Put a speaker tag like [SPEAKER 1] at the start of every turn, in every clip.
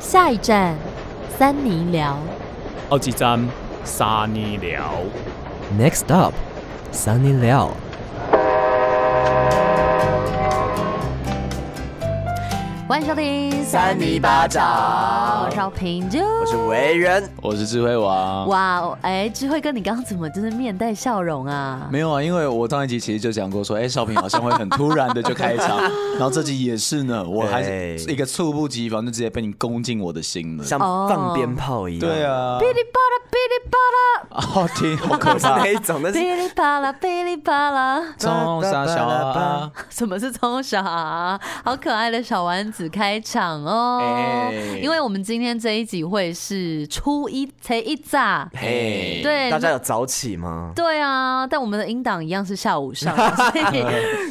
[SPEAKER 1] 下一站，三尼寮。
[SPEAKER 2] 好几站沙尼寮。
[SPEAKER 3] Next up, Sunny Liao。
[SPEAKER 1] 欢迎收听
[SPEAKER 4] 三尼巴掌
[SPEAKER 1] 我是赵平就。
[SPEAKER 4] 我是维人，
[SPEAKER 5] 我是智慧王。
[SPEAKER 1] 哇哦，哎，智慧哥，你刚刚怎么就是面带笑容啊？
[SPEAKER 5] 没有啊，因为我上一集其实就讲过说，哎、少平好像会很突然的就开场，然后这集也是呢，我还
[SPEAKER 4] 哎
[SPEAKER 5] 是一个猝不及防，就直接被你攻进我的心了。
[SPEAKER 4] 像
[SPEAKER 1] 哦
[SPEAKER 4] 放鞭炮一样。
[SPEAKER 5] 对，啊，
[SPEAKER 1] 哔哩吧啦，哔哩吧啦，
[SPEAKER 5] 好听，好可
[SPEAKER 4] 不是
[SPEAKER 5] 怕
[SPEAKER 4] 那。一种，但是
[SPEAKER 1] 哔哩吧啦，哔哩吧啦。
[SPEAKER 5] 冲啥小啊？
[SPEAKER 1] 什么是葱傻、好可爱的小丸子开场哦！
[SPEAKER 5] 哎
[SPEAKER 1] 因为我们今天这一集会是初一才一炸，
[SPEAKER 5] 嘿，
[SPEAKER 1] 对，
[SPEAKER 4] 大家有早起吗？
[SPEAKER 1] 对啊，但我们的音档一样是下午 上，所以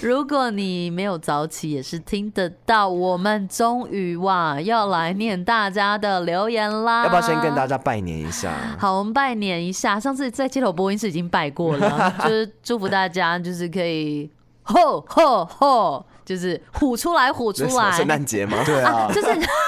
[SPEAKER 1] 如果你没有早起，也是听得到。我们终于哇，要来念大家的留言啦！
[SPEAKER 4] 要不要先跟大家拜年一下？
[SPEAKER 1] 好，我们拜年一下。上次在街头播音室已经拜过了， 就是祝福大家，就是可以吼吼吼，就是虎出来，虎出
[SPEAKER 4] 这是什么
[SPEAKER 1] 来，
[SPEAKER 4] 圣诞节吗？
[SPEAKER 5] 对啊，
[SPEAKER 1] 就是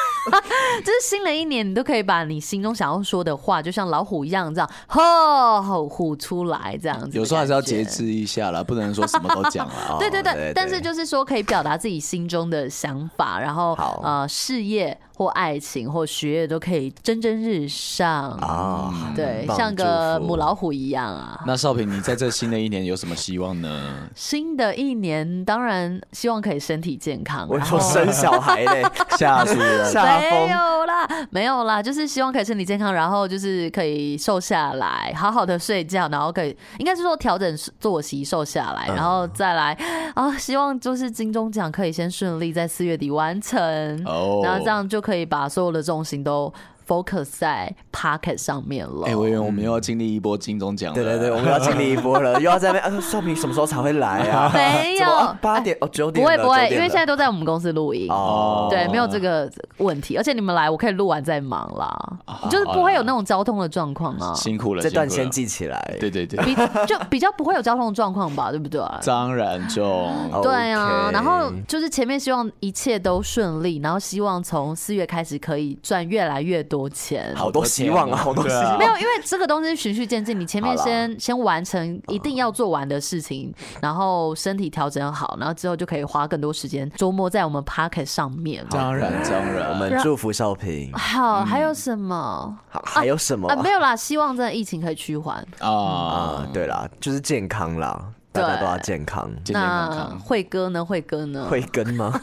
[SPEAKER 1] 就是新的一年，你都可以把你心中想要说的话，就像老虎一样这样吼吼虎出来这样子。
[SPEAKER 5] 有时候还是要节。制一下啦，不能说什么都讲啦。
[SPEAKER 1] 对对
[SPEAKER 4] 哦
[SPEAKER 1] 对，但是就是说可以表达自己心中的想法，然后
[SPEAKER 4] 好
[SPEAKER 1] 呃事业或爱情或学业都可以蒸蒸日上
[SPEAKER 4] 啊，
[SPEAKER 1] 对，
[SPEAKER 4] 棒
[SPEAKER 1] 像个
[SPEAKER 4] 祝福
[SPEAKER 1] 母老虎一样啊。
[SPEAKER 5] 那少平，你在这新的一年有什么希望呢？
[SPEAKER 1] 新的一年当然希望可以身体健康，
[SPEAKER 4] 我
[SPEAKER 1] 然
[SPEAKER 4] 说
[SPEAKER 1] 后
[SPEAKER 4] 生小孩嘞，
[SPEAKER 5] 吓死人！
[SPEAKER 4] 下
[SPEAKER 1] 没
[SPEAKER 4] 风
[SPEAKER 1] 有啦，没有啦，就是希望可以身体健康，然后就是可以瘦下来，好好的睡觉，然后可以应该是说调整作息，瘦下
[SPEAKER 4] 嗯
[SPEAKER 1] 来，然后再来啊，希望就是金钟奖可以先顺利在四月底完成，
[SPEAKER 5] 哦
[SPEAKER 1] 然后这样就可以把所有的重心都 focus 在 pocket 上面了。
[SPEAKER 5] 哎，委员，我们又要经历一波金钟奖了。
[SPEAKER 4] 对对对，我们要经历一波了，又要在那边。啊，少平什么时候才会来啊？
[SPEAKER 1] 没有
[SPEAKER 4] 怎么啊八点哦，九
[SPEAKER 1] 不
[SPEAKER 4] 点
[SPEAKER 1] 会
[SPEAKER 4] 了
[SPEAKER 1] 不会，
[SPEAKER 4] 九点了
[SPEAKER 1] 因为现在都在我们公司录音。
[SPEAKER 4] 哦，
[SPEAKER 1] 对，没有这个问题，而且你们来，我可以录完再忙啦，
[SPEAKER 4] 啊
[SPEAKER 1] 就是不会有那种交通的状况啊。
[SPEAKER 5] 辛苦了，
[SPEAKER 4] 这段
[SPEAKER 5] 辛苦了
[SPEAKER 4] 先。记起来。
[SPEAKER 5] 对 对对，
[SPEAKER 1] 比就比较不会有交通状况吧，对不对？
[SPEAKER 5] 张然中，
[SPEAKER 1] 对啊，
[SPEAKER 4] OK
[SPEAKER 1] 然后就是前面希望一切都顺利，然后希望从四月开始可以赚越来越多钱。
[SPEAKER 4] 好多希望啊，好多希望
[SPEAKER 1] 没有，因为这个东西是循序渐进，你前面
[SPEAKER 4] 好啦嗯
[SPEAKER 1] 先先完成一定要做完的事情，然后身体调整好，然后之后就可以花更多时间周末在我们 p o c k e t 上面。
[SPEAKER 5] 张然张然，
[SPEAKER 4] 我们祝福少平。
[SPEAKER 1] 好，还
[SPEAKER 4] 嗯
[SPEAKER 1] 有什么
[SPEAKER 4] 好，还有什么
[SPEAKER 1] 啊？没有啦，希望真的疫情可以趋缓。
[SPEAKER 5] 啊，
[SPEAKER 4] 啊？对啦，就是健康啦，大
[SPEAKER 1] 对
[SPEAKER 4] 家都要健康。
[SPEAKER 5] 健健康
[SPEAKER 1] 那
[SPEAKER 5] 康。
[SPEAKER 1] 慧哥呢？慧哥呢？
[SPEAKER 4] 会跟 吗？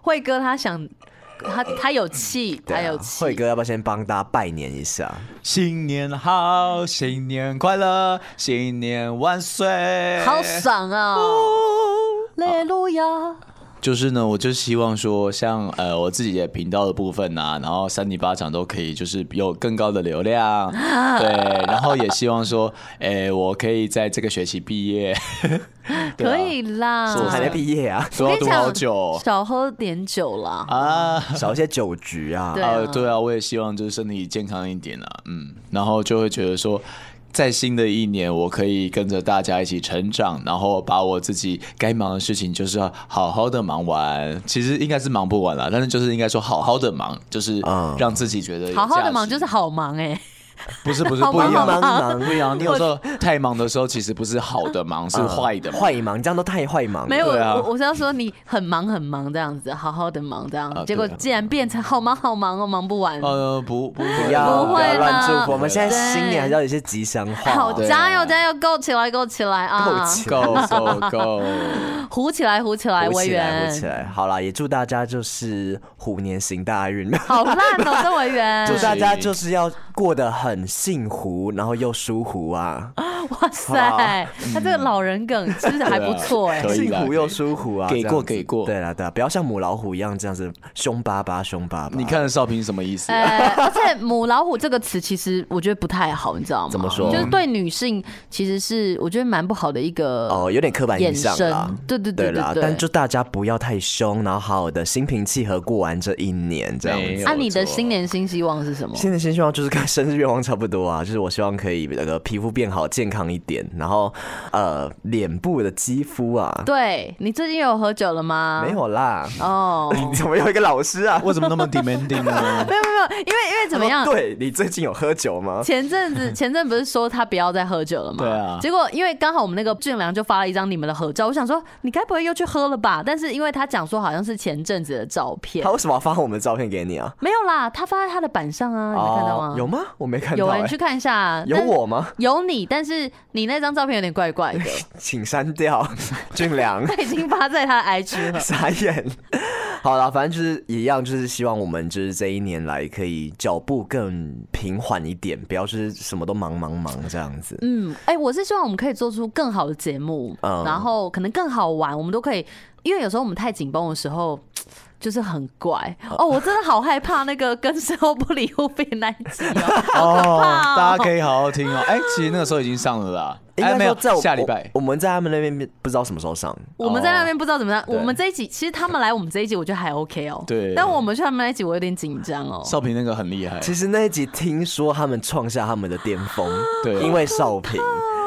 [SPEAKER 1] 慧哥他想，他他有气，
[SPEAKER 4] 对
[SPEAKER 1] 他
[SPEAKER 4] 啊
[SPEAKER 1] 有气。啊
[SPEAKER 4] 慧哥，要不要先帮大家拜年一下？
[SPEAKER 5] 新年好，新年快乐，新年万岁！
[SPEAKER 1] 好爽啊！
[SPEAKER 5] 哦
[SPEAKER 1] 雷路亚，
[SPEAKER 5] 就是呢，我就希望说像，呃我自己的频道的部分啊，然后三尼巴掌都可以，就是有更高的流量，对，然后也希望说，哎、我可以在这个学期毕业，对
[SPEAKER 1] 可
[SPEAKER 5] 啊
[SPEAKER 1] 以啦。
[SPEAKER 5] 是我
[SPEAKER 4] 还没毕 业啊，
[SPEAKER 5] 都要读好久
[SPEAKER 1] 少喝点酒啦。
[SPEAKER 5] 啊。
[SPEAKER 4] 少一些酒局啊
[SPEAKER 1] 对。
[SPEAKER 5] 呃，
[SPEAKER 1] 啊
[SPEAKER 5] 对啊，我也希望就是身体健康一点啊，嗯，然后就会觉得说，在新的一年，我可以跟着大家一起成长，然后把我自己该忙的事情就是要好好的忙完。其实应该是忙不完啦，但是就是应该说好好的忙，就是
[SPEAKER 4] 嗯
[SPEAKER 5] 让自己觉得有
[SPEAKER 1] 好好
[SPEAKER 5] 价
[SPEAKER 1] 的忙
[SPEAKER 5] 值
[SPEAKER 1] 就是好忙哎，
[SPEAKER 5] 不是不是
[SPEAKER 1] 好
[SPEAKER 5] 不
[SPEAKER 1] 忙
[SPEAKER 5] 一样
[SPEAKER 4] 好忙啊
[SPEAKER 5] 不一样。你有时候太忙的时候，其实不是好的忙，是坏的忙。
[SPEAKER 4] 坏忙，这样都太坏忙了。
[SPEAKER 1] 没有
[SPEAKER 5] 对啊
[SPEAKER 1] 我我是要说你很忙很忙这样子，好好的忙这样，结果竟然变成好忙好忙哦，忙不完。
[SPEAKER 5] 呃，不不
[SPEAKER 4] 不
[SPEAKER 5] 不
[SPEAKER 4] 要
[SPEAKER 1] 不
[SPEAKER 4] 不
[SPEAKER 1] 会
[SPEAKER 4] 要
[SPEAKER 1] 啦
[SPEAKER 4] 乱祝福。我们现在
[SPEAKER 1] 对
[SPEAKER 4] 新年还是要有一些吉祥话。
[SPEAKER 1] 好，
[SPEAKER 5] 对
[SPEAKER 1] 加油加油，够起来，够起来啊！
[SPEAKER 4] 够起
[SPEAKER 5] 够够够，
[SPEAKER 1] 糊起来，糊起来，
[SPEAKER 4] 鼓
[SPEAKER 1] 委
[SPEAKER 4] 起来，鼓起
[SPEAKER 1] 员，
[SPEAKER 4] 来。好啦，也祝大家就是虎年行大运。
[SPEAKER 1] 好烂哦，这委员
[SPEAKER 4] 祝，大家 就是要过得很幸福，然后又舒服啊，
[SPEAKER 1] 哎哇塞，他这个老人梗其实还不错哎
[SPEAKER 5] 对啊。可以
[SPEAKER 4] 幸
[SPEAKER 5] 啦
[SPEAKER 4] 福又舒服啊，
[SPEAKER 5] 给
[SPEAKER 4] 这
[SPEAKER 5] 过
[SPEAKER 4] 样子
[SPEAKER 5] 给过
[SPEAKER 4] 对啦对啦，不要像母老虎一样这样子凶巴巴凶巴巴。
[SPEAKER 5] 你看少平什么意思啊？
[SPEAKER 1] 呃，而且“母老虎”这个词其实我觉得不太好，你知道吗？
[SPEAKER 4] 怎么说
[SPEAKER 1] 就是对女性其实是我觉得蛮不好的一个
[SPEAKER 4] 哦，有点刻板印象
[SPEAKER 1] 眼
[SPEAKER 4] 啦
[SPEAKER 1] 神，对对对
[SPEAKER 4] 对啦
[SPEAKER 1] 对对，
[SPEAKER 4] 但就大家不要太凶，然后好好的心平气和过完这一年这样
[SPEAKER 5] 没
[SPEAKER 4] 子
[SPEAKER 5] 有。
[SPEAKER 1] 啊，你的新年新希望是什么？
[SPEAKER 4] 新年新希望就是跟生日愿望望差不多啊， 就是我希望可以那个皮肤变好、健康一点，然后呃，脸部的肌肤啊，
[SPEAKER 1] 对你最近有喝酒了吗？
[SPEAKER 4] 没有啦，
[SPEAKER 1] 哦，没有
[SPEAKER 4] 你怎么有一个老师啊？
[SPEAKER 5] 为什么那么 demanding 呢？
[SPEAKER 1] 没有没有，因为因为怎么样？
[SPEAKER 4] 哦对你最近有喝酒吗？
[SPEAKER 1] 前阵子，前阵不是说他不要再喝酒了吗？
[SPEAKER 5] 对啊
[SPEAKER 1] 结果因为刚好我们那个俊良就发了一张你们的合照，我想说你该不会又去喝了吧？但是因为他讲说好像是前阵子的照片
[SPEAKER 4] 他，为什么要发我们的照片给你啊？
[SPEAKER 1] 没有啦，他发在他的板上啊，你们看到吗？
[SPEAKER 4] 哦有吗？我没看到、
[SPEAKER 1] 有
[SPEAKER 4] 欸。
[SPEAKER 1] 啊，你去看一下。
[SPEAKER 4] 有
[SPEAKER 1] 但
[SPEAKER 4] 我吗？
[SPEAKER 1] 有你，但是你那张照片有点怪怪 的，
[SPEAKER 4] 请删 掉，俊良。
[SPEAKER 1] 他已经发在他的 IG 了。
[SPEAKER 4] 傻眼。好了，反正就是一样，就是希望我们就是这一年来可以脚步更平缓一点，不要就是什么都忙忙忙这样子。
[SPEAKER 1] 嗯，哎、我是希望我们可以做出更好的节目，
[SPEAKER 4] 嗯
[SPEAKER 1] 然后可能更好玩，我们都可以，因为有时候我们太紧绷的时候。就是很怪哦，我真的好害怕那个跟售后不理护病那一集 哦，好可怕、哦
[SPEAKER 5] 大家可以好好听哦。哎，其实那个时候已经上了啦，
[SPEAKER 4] 应
[SPEAKER 5] 哎，
[SPEAKER 4] 该
[SPEAKER 5] 没
[SPEAKER 4] 说
[SPEAKER 5] 有
[SPEAKER 4] 在我，
[SPEAKER 5] 下礼拜
[SPEAKER 4] 我，我们在他们那边不知道什么时候上。
[SPEAKER 1] 我们在那边不知道怎么样。
[SPEAKER 4] 对
[SPEAKER 1] 我们这一集其实他们来我们这一集，我觉得还 OK 哦。
[SPEAKER 5] 对
[SPEAKER 1] 但我们去他们那一集，我有点紧张 哦。
[SPEAKER 5] 少平那个很厉害，
[SPEAKER 4] 其实那一集听说他们创下他们的巅峰，
[SPEAKER 5] 对啊
[SPEAKER 4] 因为 少平。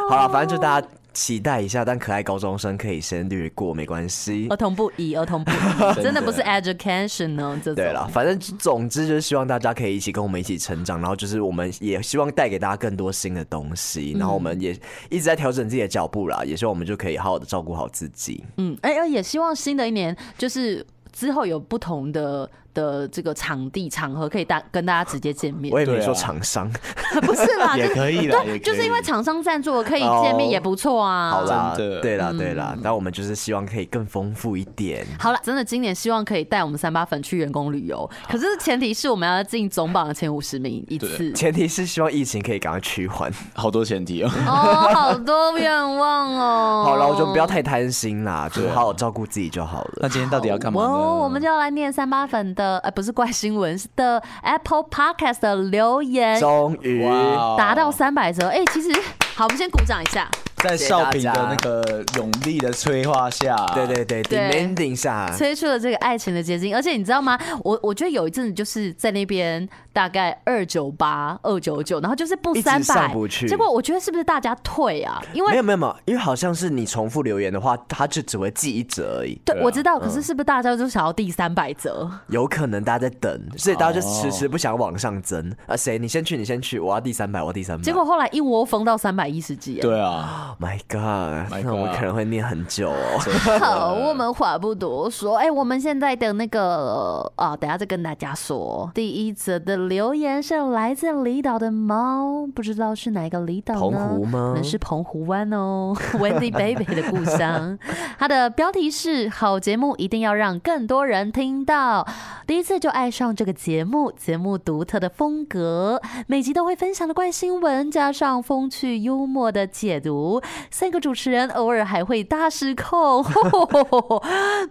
[SPEAKER 4] 好了，反正就大家期待一下，但可爱高中生可以先略过，没关系
[SPEAKER 1] 儿。童不宜，儿童不宜， 真的
[SPEAKER 5] 真的
[SPEAKER 1] 不是 education 哦，这种。
[SPEAKER 4] 对了，反正总之就是希望大家可以一起跟我们一起成长，然后就是我们也希望带给大家更多新的东西，
[SPEAKER 1] 嗯
[SPEAKER 4] 然后我们也一直在调整自己的脚步啦，也希望我们就可以好好的照顾好自己。
[SPEAKER 1] 嗯，哎、哎也希望新的一年就是之后有不同的的这个场地场合可以大跟大家直接见面
[SPEAKER 4] 我，也没
[SPEAKER 5] 对啊
[SPEAKER 4] 说厂商，
[SPEAKER 1] 不是 啦，
[SPEAKER 5] 也
[SPEAKER 1] 就是
[SPEAKER 5] 可以
[SPEAKER 4] 啊
[SPEAKER 5] 啦，也可以
[SPEAKER 1] 啊就是因为厂商赞助我可以见面
[SPEAKER 4] 哦
[SPEAKER 1] 也不错啊。
[SPEAKER 4] 好啦，
[SPEAKER 5] 真的
[SPEAKER 4] 对啦，对啦，那我们就是希望可以更丰富一点。
[SPEAKER 1] 好了，真的，今年希望可以带我们三八粉去员工旅游，可是前提是我们要进总榜的前五十名一次。
[SPEAKER 4] 前提是希望疫情可以赶快趋缓。
[SPEAKER 5] 好多前提哦。
[SPEAKER 1] 哦，好多愿望哦。
[SPEAKER 4] 好了，我就不要太贪心啦，就是好好照顾自己就好了
[SPEAKER 5] 那。今天到底要干嘛呢？
[SPEAKER 1] 哦，我们就要来念三八粉的，呃，不是怪新闻，是的 Apple Podcast 的留言，
[SPEAKER 4] 终于，
[SPEAKER 5] 哇哦
[SPEAKER 1] 达
[SPEAKER 4] 哦
[SPEAKER 1] 到三百折。哎、其实好，我们先鼓掌一下。
[SPEAKER 5] 在少平的那个勇力的催化下，
[SPEAKER 4] 对对对
[SPEAKER 1] 对
[SPEAKER 4] ，demanding 下，
[SPEAKER 1] 催出了这个爱情的结晶。而且你知道吗？我我觉得有一阵子就是在那边大概二九八、二九九，然后就是不
[SPEAKER 4] 一直
[SPEAKER 1] 三百
[SPEAKER 4] 上不，去
[SPEAKER 1] 结果我觉得是不是大家退啊？因
[SPEAKER 4] 没
[SPEAKER 1] 为
[SPEAKER 4] 有没有没有，因为好像是你重复留言的话，他就只会记一折而已。
[SPEAKER 1] 对，我知道，
[SPEAKER 4] 嗯
[SPEAKER 1] 可是是不是大家都想要第三百折？
[SPEAKER 4] 有可能大家在等，所以大家就迟迟不想往上增。啊，谁？你先去，你先去，我要第三百，我要第三百。
[SPEAKER 1] 结果后来一窝蜂到三百一十几，哎
[SPEAKER 5] 对啊，
[SPEAKER 4] ，Oh，My God，
[SPEAKER 5] My
[SPEAKER 4] 那我
[SPEAKER 5] God
[SPEAKER 4] 可能会念很久哦。
[SPEAKER 1] 好，我们话不多说，哎、我们现在的那个啊，等一下再跟大家说。第一则的留言是来自离岛的猫，不知道是哪一个离岛呢？
[SPEAKER 4] 澎湖吗
[SPEAKER 1] 可能是澎湖湾哦 ，Wendy Baby 的故乡。它的标题是“好节目一定要让更多人听到”，第一次就爱上这个节目，节目独特的风格，每集都会分享的怪新闻，加上风趣幽默的解读，三个主持人偶尔还会大失控，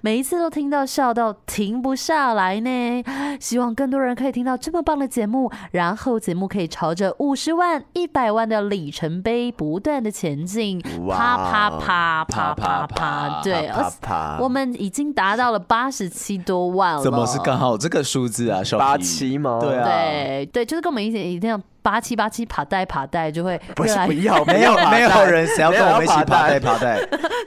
[SPEAKER 1] 每一次都听到笑到停不下来呢。希望更多人可以听到这么棒的节目，然后节目可以朝着五十万、一百万的里程碑不断的前进，啪啪啪啪啪啪，对，
[SPEAKER 4] 啪
[SPEAKER 1] 而
[SPEAKER 4] 啪啪，
[SPEAKER 1] 我们已经达到了八十七多万了，
[SPEAKER 5] 怎么是刚好这个数字啊？少平
[SPEAKER 4] 八七吗？
[SPEAKER 5] 对啊
[SPEAKER 1] 对对，就是跟我们一起一定要八七八七爬带爬带，就会
[SPEAKER 4] 不
[SPEAKER 1] 越
[SPEAKER 4] 是
[SPEAKER 1] 来
[SPEAKER 4] 不要， 啊
[SPEAKER 5] 没有啊
[SPEAKER 4] 吧
[SPEAKER 5] 没有人谁要跟我们一起爬带
[SPEAKER 4] 没有吧
[SPEAKER 5] 爬带，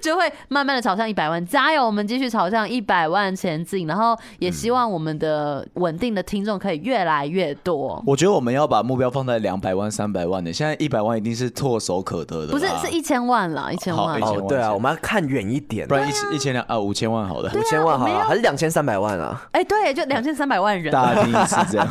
[SPEAKER 1] 就会慢慢的朝向一百万，加油！我们继续朝向一百万前进，然后也希望
[SPEAKER 4] 嗯
[SPEAKER 1] 我们的稳定的听众可以越来越多。
[SPEAKER 5] 我觉得我们要把目标放在两百万、三百万的，现在一百万一定是唾手可得的啦，
[SPEAKER 1] 不是，
[SPEAKER 4] 啊
[SPEAKER 1] 是一千万了，一千万
[SPEAKER 5] 好
[SPEAKER 1] 啦。
[SPEAKER 4] 哦，对啊，我们要看远一点
[SPEAKER 5] 不，然一千一千两啊五千万好了，
[SPEAKER 4] 五千万好
[SPEAKER 1] 啊我们
[SPEAKER 4] 了，
[SPEAKER 1] 要
[SPEAKER 4] 还是两千三百万啊？
[SPEAKER 1] 哎、对，就两千三百万人。
[SPEAKER 5] 大家第一次这样。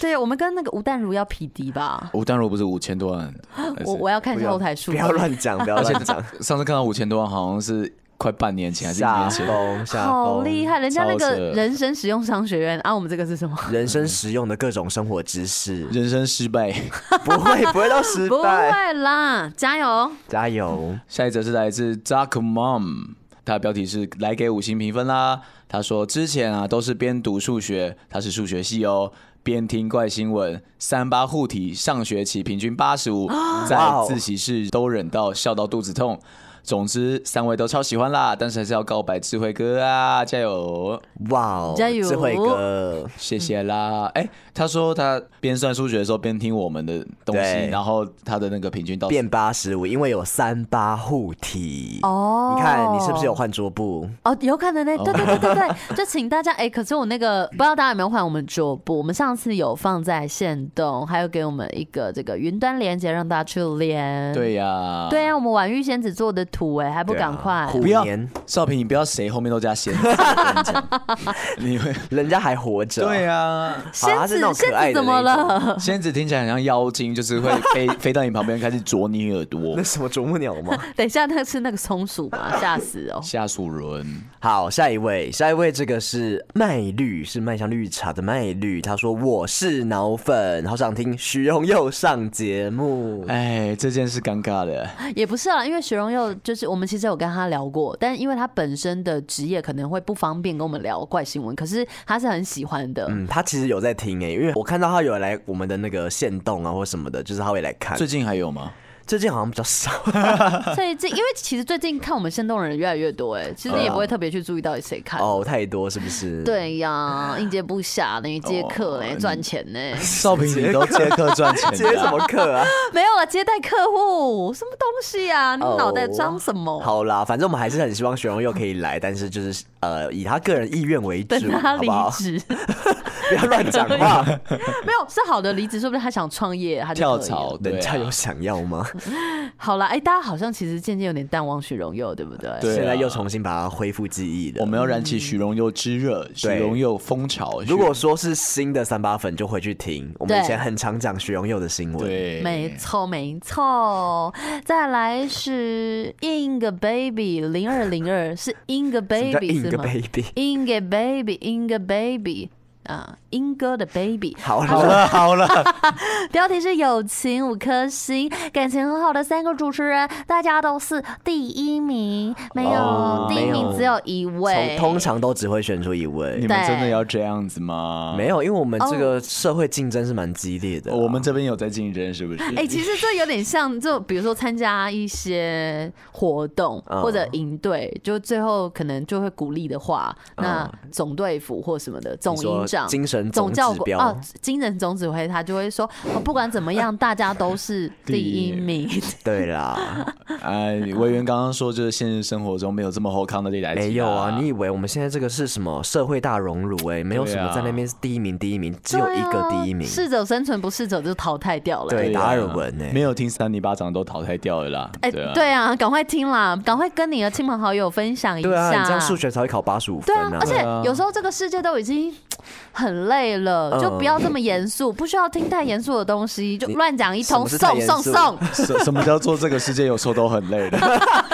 [SPEAKER 1] 对，我们跟那个吴淡如要匹敌吧。
[SPEAKER 5] 吴淡哦如不是五千 多万，还是
[SPEAKER 1] 我我要看一
[SPEAKER 4] 不
[SPEAKER 1] 下
[SPEAKER 4] 要
[SPEAKER 1] 后台数。
[SPEAKER 4] 不要乱 讲，不要乱讲。
[SPEAKER 5] 上次看到五千多万好像是快半年前还是一
[SPEAKER 4] 下
[SPEAKER 5] 年前，
[SPEAKER 4] 风下风，
[SPEAKER 1] 好厉！
[SPEAKER 4] 哦
[SPEAKER 1] 害！人家那
[SPEAKER 5] 超扯
[SPEAKER 1] 个人生实用商学院啊，我们这个是什么？
[SPEAKER 4] 人生实用的各种生活知识，
[SPEAKER 5] 人生失败。
[SPEAKER 4] 不会不会到失
[SPEAKER 1] 不
[SPEAKER 4] 败，
[SPEAKER 1] 会啦，加油！
[SPEAKER 4] 加油！
[SPEAKER 5] 下一则是来自 Zack Mom，他的标题是“来给五星评分啦”。他说之前啊都是边读数学，他是数学系哦，边听怪新闻，三八护
[SPEAKER 1] 啊
[SPEAKER 5] 体，上学期平均八十五，在自习室都忍到笑到肚子痛。总之，三位都超喜欢啦，但是还是要告白智慧哥啊，加油！
[SPEAKER 4] 哇哦，
[SPEAKER 1] 加油
[SPEAKER 4] 智慧哥，
[SPEAKER 5] 谢谢啦。哎、他说他边算数学的时候边听我们的东西
[SPEAKER 4] 对，
[SPEAKER 5] 然后他的那个平均到
[SPEAKER 4] 变八十五，因为有三八护体。
[SPEAKER 1] 哦
[SPEAKER 4] 你看你是不是有换桌布？
[SPEAKER 1] 哦，有可能呢、对对对对 对，就请大家哎、可是我那个不知道大家有没有换我们桌布，我们上次有放在线动，还有给我们一个这个云端连接让大家去连。
[SPEAKER 5] 对呀、
[SPEAKER 1] 对啊，我们婉玉仙子做的图哎、还不
[SPEAKER 4] 啊
[SPEAKER 1] 赶快？
[SPEAKER 4] 虎
[SPEAKER 5] 不要
[SPEAKER 4] 年，
[SPEAKER 5] 少平，你不要谁后面都加 仙子，我跟你讲你会
[SPEAKER 4] 人家还活着。
[SPEAKER 5] 对啊，
[SPEAKER 4] 好啦
[SPEAKER 1] 仙
[SPEAKER 4] 他是
[SPEAKER 1] 子
[SPEAKER 4] 那种
[SPEAKER 1] 仙
[SPEAKER 4] 可爱
[SPEAKER 1] 子
[SPEAKER 4] 的
[SPEAKER 1] 怎么
[SPEAKER 4] 那种
[SPEAKER 1] 了？
[SPEAKER 5] 仙子听起来很像妖精，就是会飞飞到你旁边开始啄你耳朵
[SPEAKER 4] 那。什么啄木鸟吗？
[SPEAKER 1] 等一下，那是那个松鼠 吗？吓死哦！
[SPEAKER 5] 下属轮，
[SPEAKER 4] 好，下一位，下一位，这个是麦绿，是麦香绿茶的麦绿。他说我是脑粉，好想听许荣又上节目。
[SPEAKER 5] 哎，这件事尴尬了。
[SPEAKER 1] 也不是啦，因为许荣佑就是我们其实有跟他聊过，但因为他本身的职业可能会不方便跟我们聊怪新闻，可是他是很喜欢的。
[SPEAKER 4] 嗯，他其实有在听诶、因为我看到他有来我们的那个线动啊或什么的，就是他会来看。
[SPEAKER 5] 最
[SPEAKER 4] 最
[SPEAKER 5] 近还有吗？
[SPEAKER 4] 最近好像比较 少，
[SPEAKER 1] 最近因为其实最近看我们现动的人越来越多、哎，其实你也不会特别去注意到底谁看。
[SPEAKER 4] 哦，太多是不是？，
[SPEAKER 1] 对呀，应接不暇，等于接客嘞，赚钱嘞，
[SPEAKER 5] 少平，你都接客赚钱
[SPEAKER 4] 接
[SPEAKER 5] 的
[SPEAKER 4] 什
[SPEAKER 5] 啊、
[SPEAKER 4] 么课啊？
[SPEAKER 1] 没有了，接待客户什么东西啊？你们脑袋装什么？
[SPEAKER 4] 哦好啦，反正我们还是很希望许荣又可以来，但是就是呃，以他个人意愿为主，
[SPEAKER 1] 等他
[SPEAKER 4] 好
[SPEAKER 1] 离
[SPEAKER 4] 不好？
[SPEAKER 1] 职，
[SPEAKER 4] 不要乱讲 话。
[SPEAKER 1] 没有是好的离职，说不定他想创业，他就
[SPEAKER 5] 跳
[SPEAKER 1] 可以
[SPEAKER 5] 槽
[SPEAKER 1] 了。
[SPEAKER 5] 对啊
[SPEAKER 4] 人家有想要吗？
[SPEAKER 1] 好了，哎、大家好像其实渐渐有点淡忘许荣佑，对不对？
[SPEAKER 5] 对啊
[SPEAKER 4] 现在又重新把它恢复记忆了
[SPEAKER 5] 我。们要燃起许荣佑之热，许荣佑风潮。
[SPEAKER 4] 如果说是新的三八粉，就回去听。我们
[SPEAKER 1] 对
[SPEAKER 4] 以前很常讲徐荣佑的新闻，，
[SPEAKER 5] 对，
[SPEAKER 1] 没错，没错。再来是 In g a Baby 零二零二，是 In g a
[SPEAKER 4] 什么叫
[SPEAKER 1] Baby
[SPEAKER 4] 硬
[SPEAKER 1] 是
[SPEAKER 4] 个
[SPEAKER 1] 吗
[SPEAKER 4] baby？
[SPEAKER 1] ？In g a Baby，In g a Baby。啊，英哥的 baby，
[SPEAKER 4] 好
[SPEAKER 1] 他
[SPEAKER 4] 了
[SPEAKER 1] 说
[SPEAKER 5] 好了好了，
[SPEAKER 1] 标题是友情五颗星，感情很好的三个主持人，大家都是第一名，没有、
[SPEAKER 5] 哦
[SPEAKER 1] 第一
[SPEAKER 4] 没
[SPEAKER 1] 名
[SPEAKER 4] 有
[SPEAKER 1] 只有一位
[SPEAKER 4] 从，通常都只会选出一
[SPEAKER 5] 你
[SPEAKER 4] 位，
[SPEAKER 5] 们真的要这样子吗？
[SPEAKER 4] 没有，因为我们这个社会竞争是蛮激烈的啦。啊
[SPEAKER 5] 哦我们这边有在竞争，是不是？
[SPEAKER 1] 哎、其实这有点像，就比如说参加一些活动
[SPEAKER 4] 嗯
[SPEAKER 1] 或者营队，就最后可能就会鼓励的话，那总队服或什么的总营长、
[SPEAKER 4] 嗯精神总
[SPEAKER 1] 总教
[SPEAKER 4] 指
[SPEAKER 1] 官
[SPEAKER 4] 标
[SPEAKER 1] 哦，精神总指挥他就会说，哦、不管怎么样，大家都 是第一名。
[SPEAKER 4] 对啦，
[SPEAKER 5] 哎，委员刚刚说，就是现实生活中没有这么后康的例来提
[SPEAKER 4] 没有啊！你以为我们现在这个是什么社会大荣辱？哎，没有什
[SPEAKER 5] 对
[SPEAKER 4] 么
[SPEAKER 5] 啊
[SPEAKER 4] 在那边是第一名，第一名只有一个第一名。
[SPEAKER 1] 啊适者生存，不适者就淘汰掉了。
[SPEAKER 4] 对
[SPEAKER 5] 啊
[SPEAKER 4] 达尔文呢
[SPEAKER 5] 没有听三尼巴掌都淘汰掉了啦。
[SPEAKER 1] 哎、
[SPEAKER 5] 对啊，
[SPEAKER 1] 对啊，赶快听啦，赶快跟你的亲朋好友分享一下。
[SPEAKER 4] 对啊，你这样数学才会考八十五
[SPEAKER 1] 对
[SPEAKER 4] 分嗯
[SPEAKER 1] 啊，而且有时候这个世界都已经很累了，
[SPEAKER 4] 嗯
[SPEAKER 1] 就不要这么严肃，不需要听太严肃的东西，就乱讲一通，
[SPEAKER 4] 什么是
[SPEAKER 1] 送
[SPEAKER 4] 太严
[SPEAKER 1] 送
[SPEAKER 4] 肃
[SPEAKER 1] 送，
[SPEAKER 5] 什什么叫做这个世界有时候都很累的？
[SPEAKER 1] 大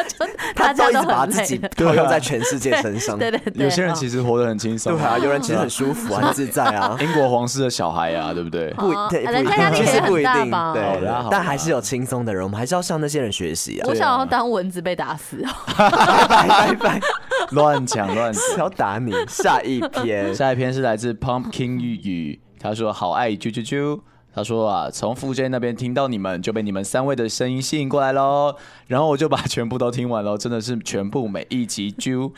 [SPEAKER 4] 他
[SPEAKER 1] 家
[SPEAKER 4] 都一
[SPEAKER 1] 都
[SPEAKER 4] 直把
[SPEAKER 1] 很
[SPEAKER 4] 自己
[SPEAKER 1] 累。
[SPEAKER 4] 套用在全世界身上。
[SPEAKER 1] 对对对，
[SPEAKER 5] 有些人
[SPEAKER 1] 哦
[SPEAKER 5] 其实活得很轻松
[SPEAKER 4] 对啊，有人其实很 舒服，很自在啊。
[SPEAKER 5] 英国皇室的小孩啊，对不对？
[SPEAKER 4] 不一
[SPEAKER 1] 哦，
[SPEAKER 4] 对不一
[SPEAKER 1] 人家压
[SPEAKER 4] 定，
[SPEAKER 1] 力
[SPEAKER 4] 其
[SPEAKER 1] 也
[SPEAKER 4] 实不
[SPEAKER 1] 很
[SPEAKER 4] 一
[SPEAKER 1] 大
[SPEAKER 4] 定，
[SPEAKER 1] 吧？
[SPEAKER 5] 好啦好
[SPEAKER 4] 对
[SPEAKER 5] 啦，
[SPEAKER 4] 但还是有轻松的人，我们还是要向那些人学习啊
[SPEAKER 1] 我。
[SPEAKER 5] 对啊
[SPEAKER 1] 想要当蚊子被打死哦。
[SPEAKER 4] 拜拜，
[SPEAKER 5] 乱讲乱讲。
[SPEAKER 4] 要打你。下一篇，
[SPEAKER 5] 下一篇是来自 Pumpkin 玉宇，他说好爱啾啾啾。他说啊，从富 J 那边听到你们，就被你们三位的声音吸引过来喽。然后我就把全部都听完喽，真的是全部每一集啾，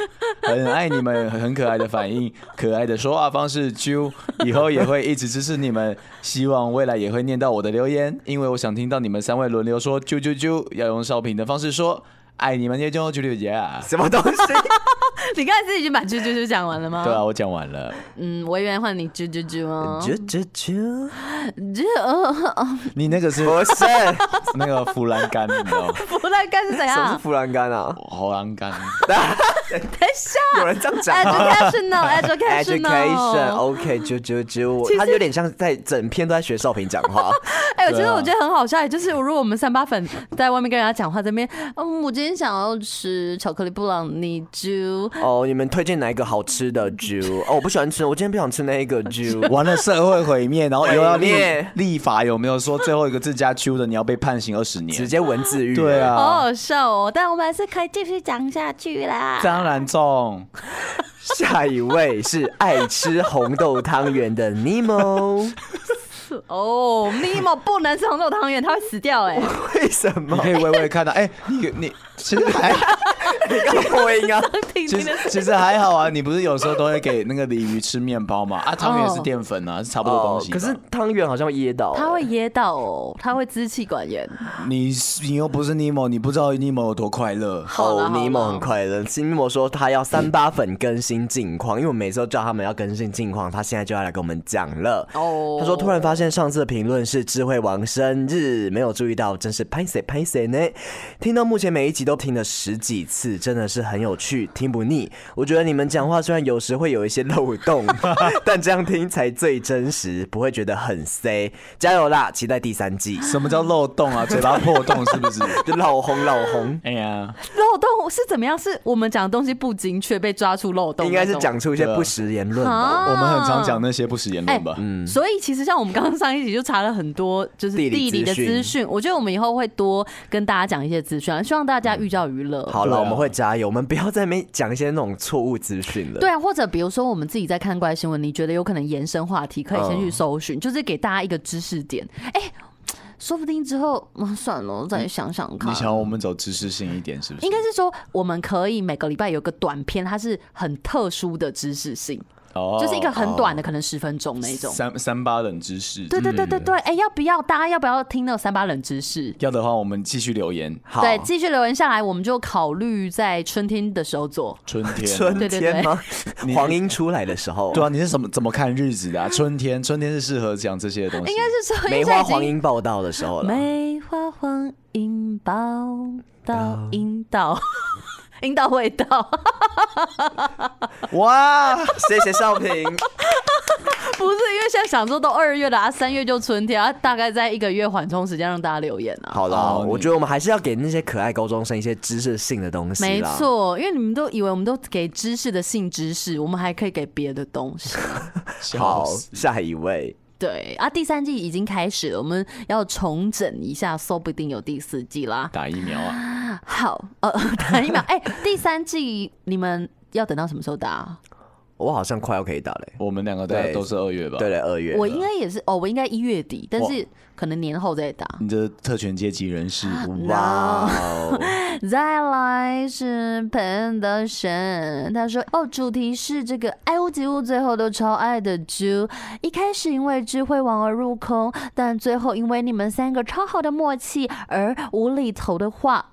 [SPEAKER 5] 很爱你们，很可爱的反应，可爱的说话方式啾。以后也会一直支持你们，希望未来也会念到我的留言，因为我想听到你们三位轮流说啾啾啾，要用少平的方式说，爱你们啾啾啾啾姐。
[SPEAKER 4] 什么东西？
[SPEAKER 1] 你刚才自己已经把啾啾啾讲完了吗？
[SPEAKER 5] 对啊，我讲完了。
[SPEAKER 1] 嗯，维园换你啾啾啾哦，
[SPEAKER 4] 啾啾 啾，
[SPEAKER 1] 啾哦 哦，
[SPEAKER 5] 你那个是
[SPEAKER 4] 不是，
[SPEAKER 5] 那个弗兰干，你知道吗？
[SPEAKER 1] 不然该是怎
[SPEAKER 4] 什么是
[SPEAKER 1] 样？
[SPEAKER 4] 弗兰 干啊？
[SPEAKER 5] 好栏杆，
[SPEAKER 1] 等一下
[SPEAKER 4] 有人这样讲吗。Education
[SPEAKER 1] 哎，educational，educational。
[SPEAKER 4] OK，啾啾啾，他有点像在整篇都在学少平讲话，
[SPEAKER 1] 哎、我其实我觉得很好笑，也就是如 果我们三八粉在外面跟人家讲话，这边，嗯，我今天想要吃巧克力布朗尼猪，
[SPEAKER 4] 哦，你们推荐哪一个好吃的啾？哦，我不喜欢吃，我今天不想吃那一个 啾。
[SPEAKER 5] 完了社会毁灭，然后又要立
[SPEAKER 4] 毁灭
[SPEAKER 5] 立法，有没有说最后一个字加 Q 的你要被判刑二十
[SPEAKER 4] 直
[SPEAKER 5] 年？
[SPEAKER 4] 接文字狱。
[SPEAKER 5] 对，
[SPEAKER 1] 好
[SPEAKER 5] 啊，
[SPEAKER 1] 好笑哦。但我们还是可以继续讲下去啦。
[SPEAKER 5] 当然中。
[SPEAKER 4] 下一位是爱吃红豆汤圆的 Nemo。
[SPEAKER 1] 哦，咪某不能吃红豆汤圆，它会死掉哎、
[SPEAKER 4] 为什
[SPEAKER 5] 你
[SPEAKER 4] 么
[SPEAKER 5] 可以微微看到，哎、你你其实 还
[SPEAKER 4] 要破 音啊？
[SPEAKER 1] 听
[SPEAKER 5] 其
[SPEAKER 1] 听
[SPEAKER 5] 实
[SPEAKER 1] 的
[SPEAKER 5] 其实还好啊，你不是有时候都会给那个鲤鱼吃面包嘛？啊，汤圆是淀粉啊，是差不多东西吧。
[SPEAKER 4] 哦可是汤圆好像噎到、欸
[SPEAKER 1] 它会噎到哦，它会支气管炎。
[SPEAKER 5] 你你又不是尼莫，你不知道尼莫有多快乐。
[SPEAKER 1] 好啦
[SPEAKER 4] 哦，
[SPEAKER 1] 好啦
[SPEAKER 4] 尼莫很快乐。新尼莫说他要三八粉更新近况，因为我每次都叫他们要更新近况，他现在就要来跟我们讲了。
[SPEAKER 1] 哦
[SPEAKER 4] 他说突然发现上次的评论是智慧王生日，没有注意到，真是拍谁拍谁呢？听到目前每一集都听了十几次，真的是很有趣，听不腻。我觉得你们讲话虽然有时会有一些漏洞， 但这样听才最真实，不会觉得很 C。加油啦！期待第三季，
[SPEAKER 5] 什么叫漏 洞啊？嘴巴破洞是不是？
[SPEAKER 4] 就老红老红。
[SPEAKER 5] 哎呀，
[SPEAKER 1] 漏洞是怎么样？是我们讲的东西不精确，被抓出漏洞那种，
[SPEAKER 4] 应该是讲出一些
[SPEAKER 5] 对啊
[SPEAKER 4] 不实言论吧。
[SPEAKER 1] 啊
[SPEAKER 5] 我们很常讲那些不实言论吧？
[SPEAKER 1] 哎所以其实像我们刚刚上一集就查了很多就是
[SPEAKER 4] 嗯地理
[SPEAKER 1] 地理的
[SPEAKER 4] 资讯
[SPEAKER 1] 资讯，我觉得我们以后会多跟大家讲一些资讯啊，希望大家寓教于乐。
[SPEAKER 4] 好了，
[SPEAKER 5] 对啊
[SPEAKER 4] 我们会加油，我们不要再没讲一些那种错误资讯了。
[SPEAKER 1] 对啊，或者比如说我们自己在看怪新闻，你觉得有可能延伸话题，可以先去
[SPEAKER 4] 嗯
[SPEAKER 1] 搜寻，就是给大家一个知识点。哎、说不定之后，嗯算了，我再想想看
[SPEAKER 5] 你。想我们走知识性一点是不是？
[SPEAKER 1] 应该是说，我们可以每个礼拜有个短片，它是很特殊的知识性，
[SPEAKER 5] 哦
[SPEAKER 1] 就是一个很短的，可能十分钟那一种。
[SPEAKER 5] 三三八冷知识。嗯
[SPEAKER 1] 对对对对
[SPEAKER 4] 嗯
[SPEAKER 1] 对，哎、要不要大家要不要听那个三八冷知识？
[SPEAKER 5] 要的话我们继续留言。
[SPEAKER 4] 好，
[SPEAKER 1] 对，继续留言下来，我们就考虑在春天的时候做。
[SPEAKER 5] 春天，
[SPEAKER 4] 春
[SPEAKER 1] 对对对
[SPEAKER 4] 天吗？
[SPEAKER 5] 你
[SPEAKER 4] 黄莺出来的时候，
[SPEAKER 5] 对啊，你是怎么怎么看日子的、啊？春天，春天是适合讲这些东西。
[SPEAKER 1] 应该是说，
[SPEAKER 4] 梅
[SPEAKER 1] 因为现在已
[SPEAKER 4] 花
[SPEAKER 1] 经
[SPEAKER 4] 黄莺报道的时候了。
[SPEAKER 1] 梅花黄莺报道，引 导，引导味道，
[SPEAKER 4] 哇，谢谢少 平，
[SPEAKER 1] 不是因为现在想说都二月了啊，三月就春天啊，大概在一个月缓冲时间让大家留言啊。
[SPEAKER 4] 好啦，
[SPEAKER 5] 哦你
[SPEAKER 4] 我觉得我们还是要给那些可爱高中生一些知识性的东西
[SPEAKER 1] 没
[SPEAKER 4] 啦。
[SPEAKER 1] 错，因为你们都以为我们都给知识的性知识，我们还可以给别的东 西。
[SPEAKER 5] 笑
[SPEAKER 4] 好
[SPEAKER 5] 死，
[SPEAKER 4] 下一位，
[SPEAKER 1] 对啊，第三季已经开始了，我们要重整一下，说不定有第四季啦。
[SPEAKER 5] 打疫苗啊！
[SPEAKER 1] 好， 呃，等一秒，哎、第三季你们要等到什么时候打啊？
[SPEAKER 4] 我好像快要可以打嘞。
[SPEAKER 5] 我们两个大家
[SPEAKER 4] 对
[SPEAKER 5] 都是二月吧？
[SPEAKER 4] 对，了，二月了
[SPEAKER 1] 我应该也是哦，我应该一月底，但是可能年后再打。
[SPEAKER 5] 你的特权阶级人士，
[SPEAKER 4] 啊哇哦，
[SPEAKER 1] 再来是彭德神，他说哦，主题是这个爱屋及乌，最后都超爱的猪。一开始因为智慧王而入坑，但最后因为你们三个超好的默契而无厘头的话。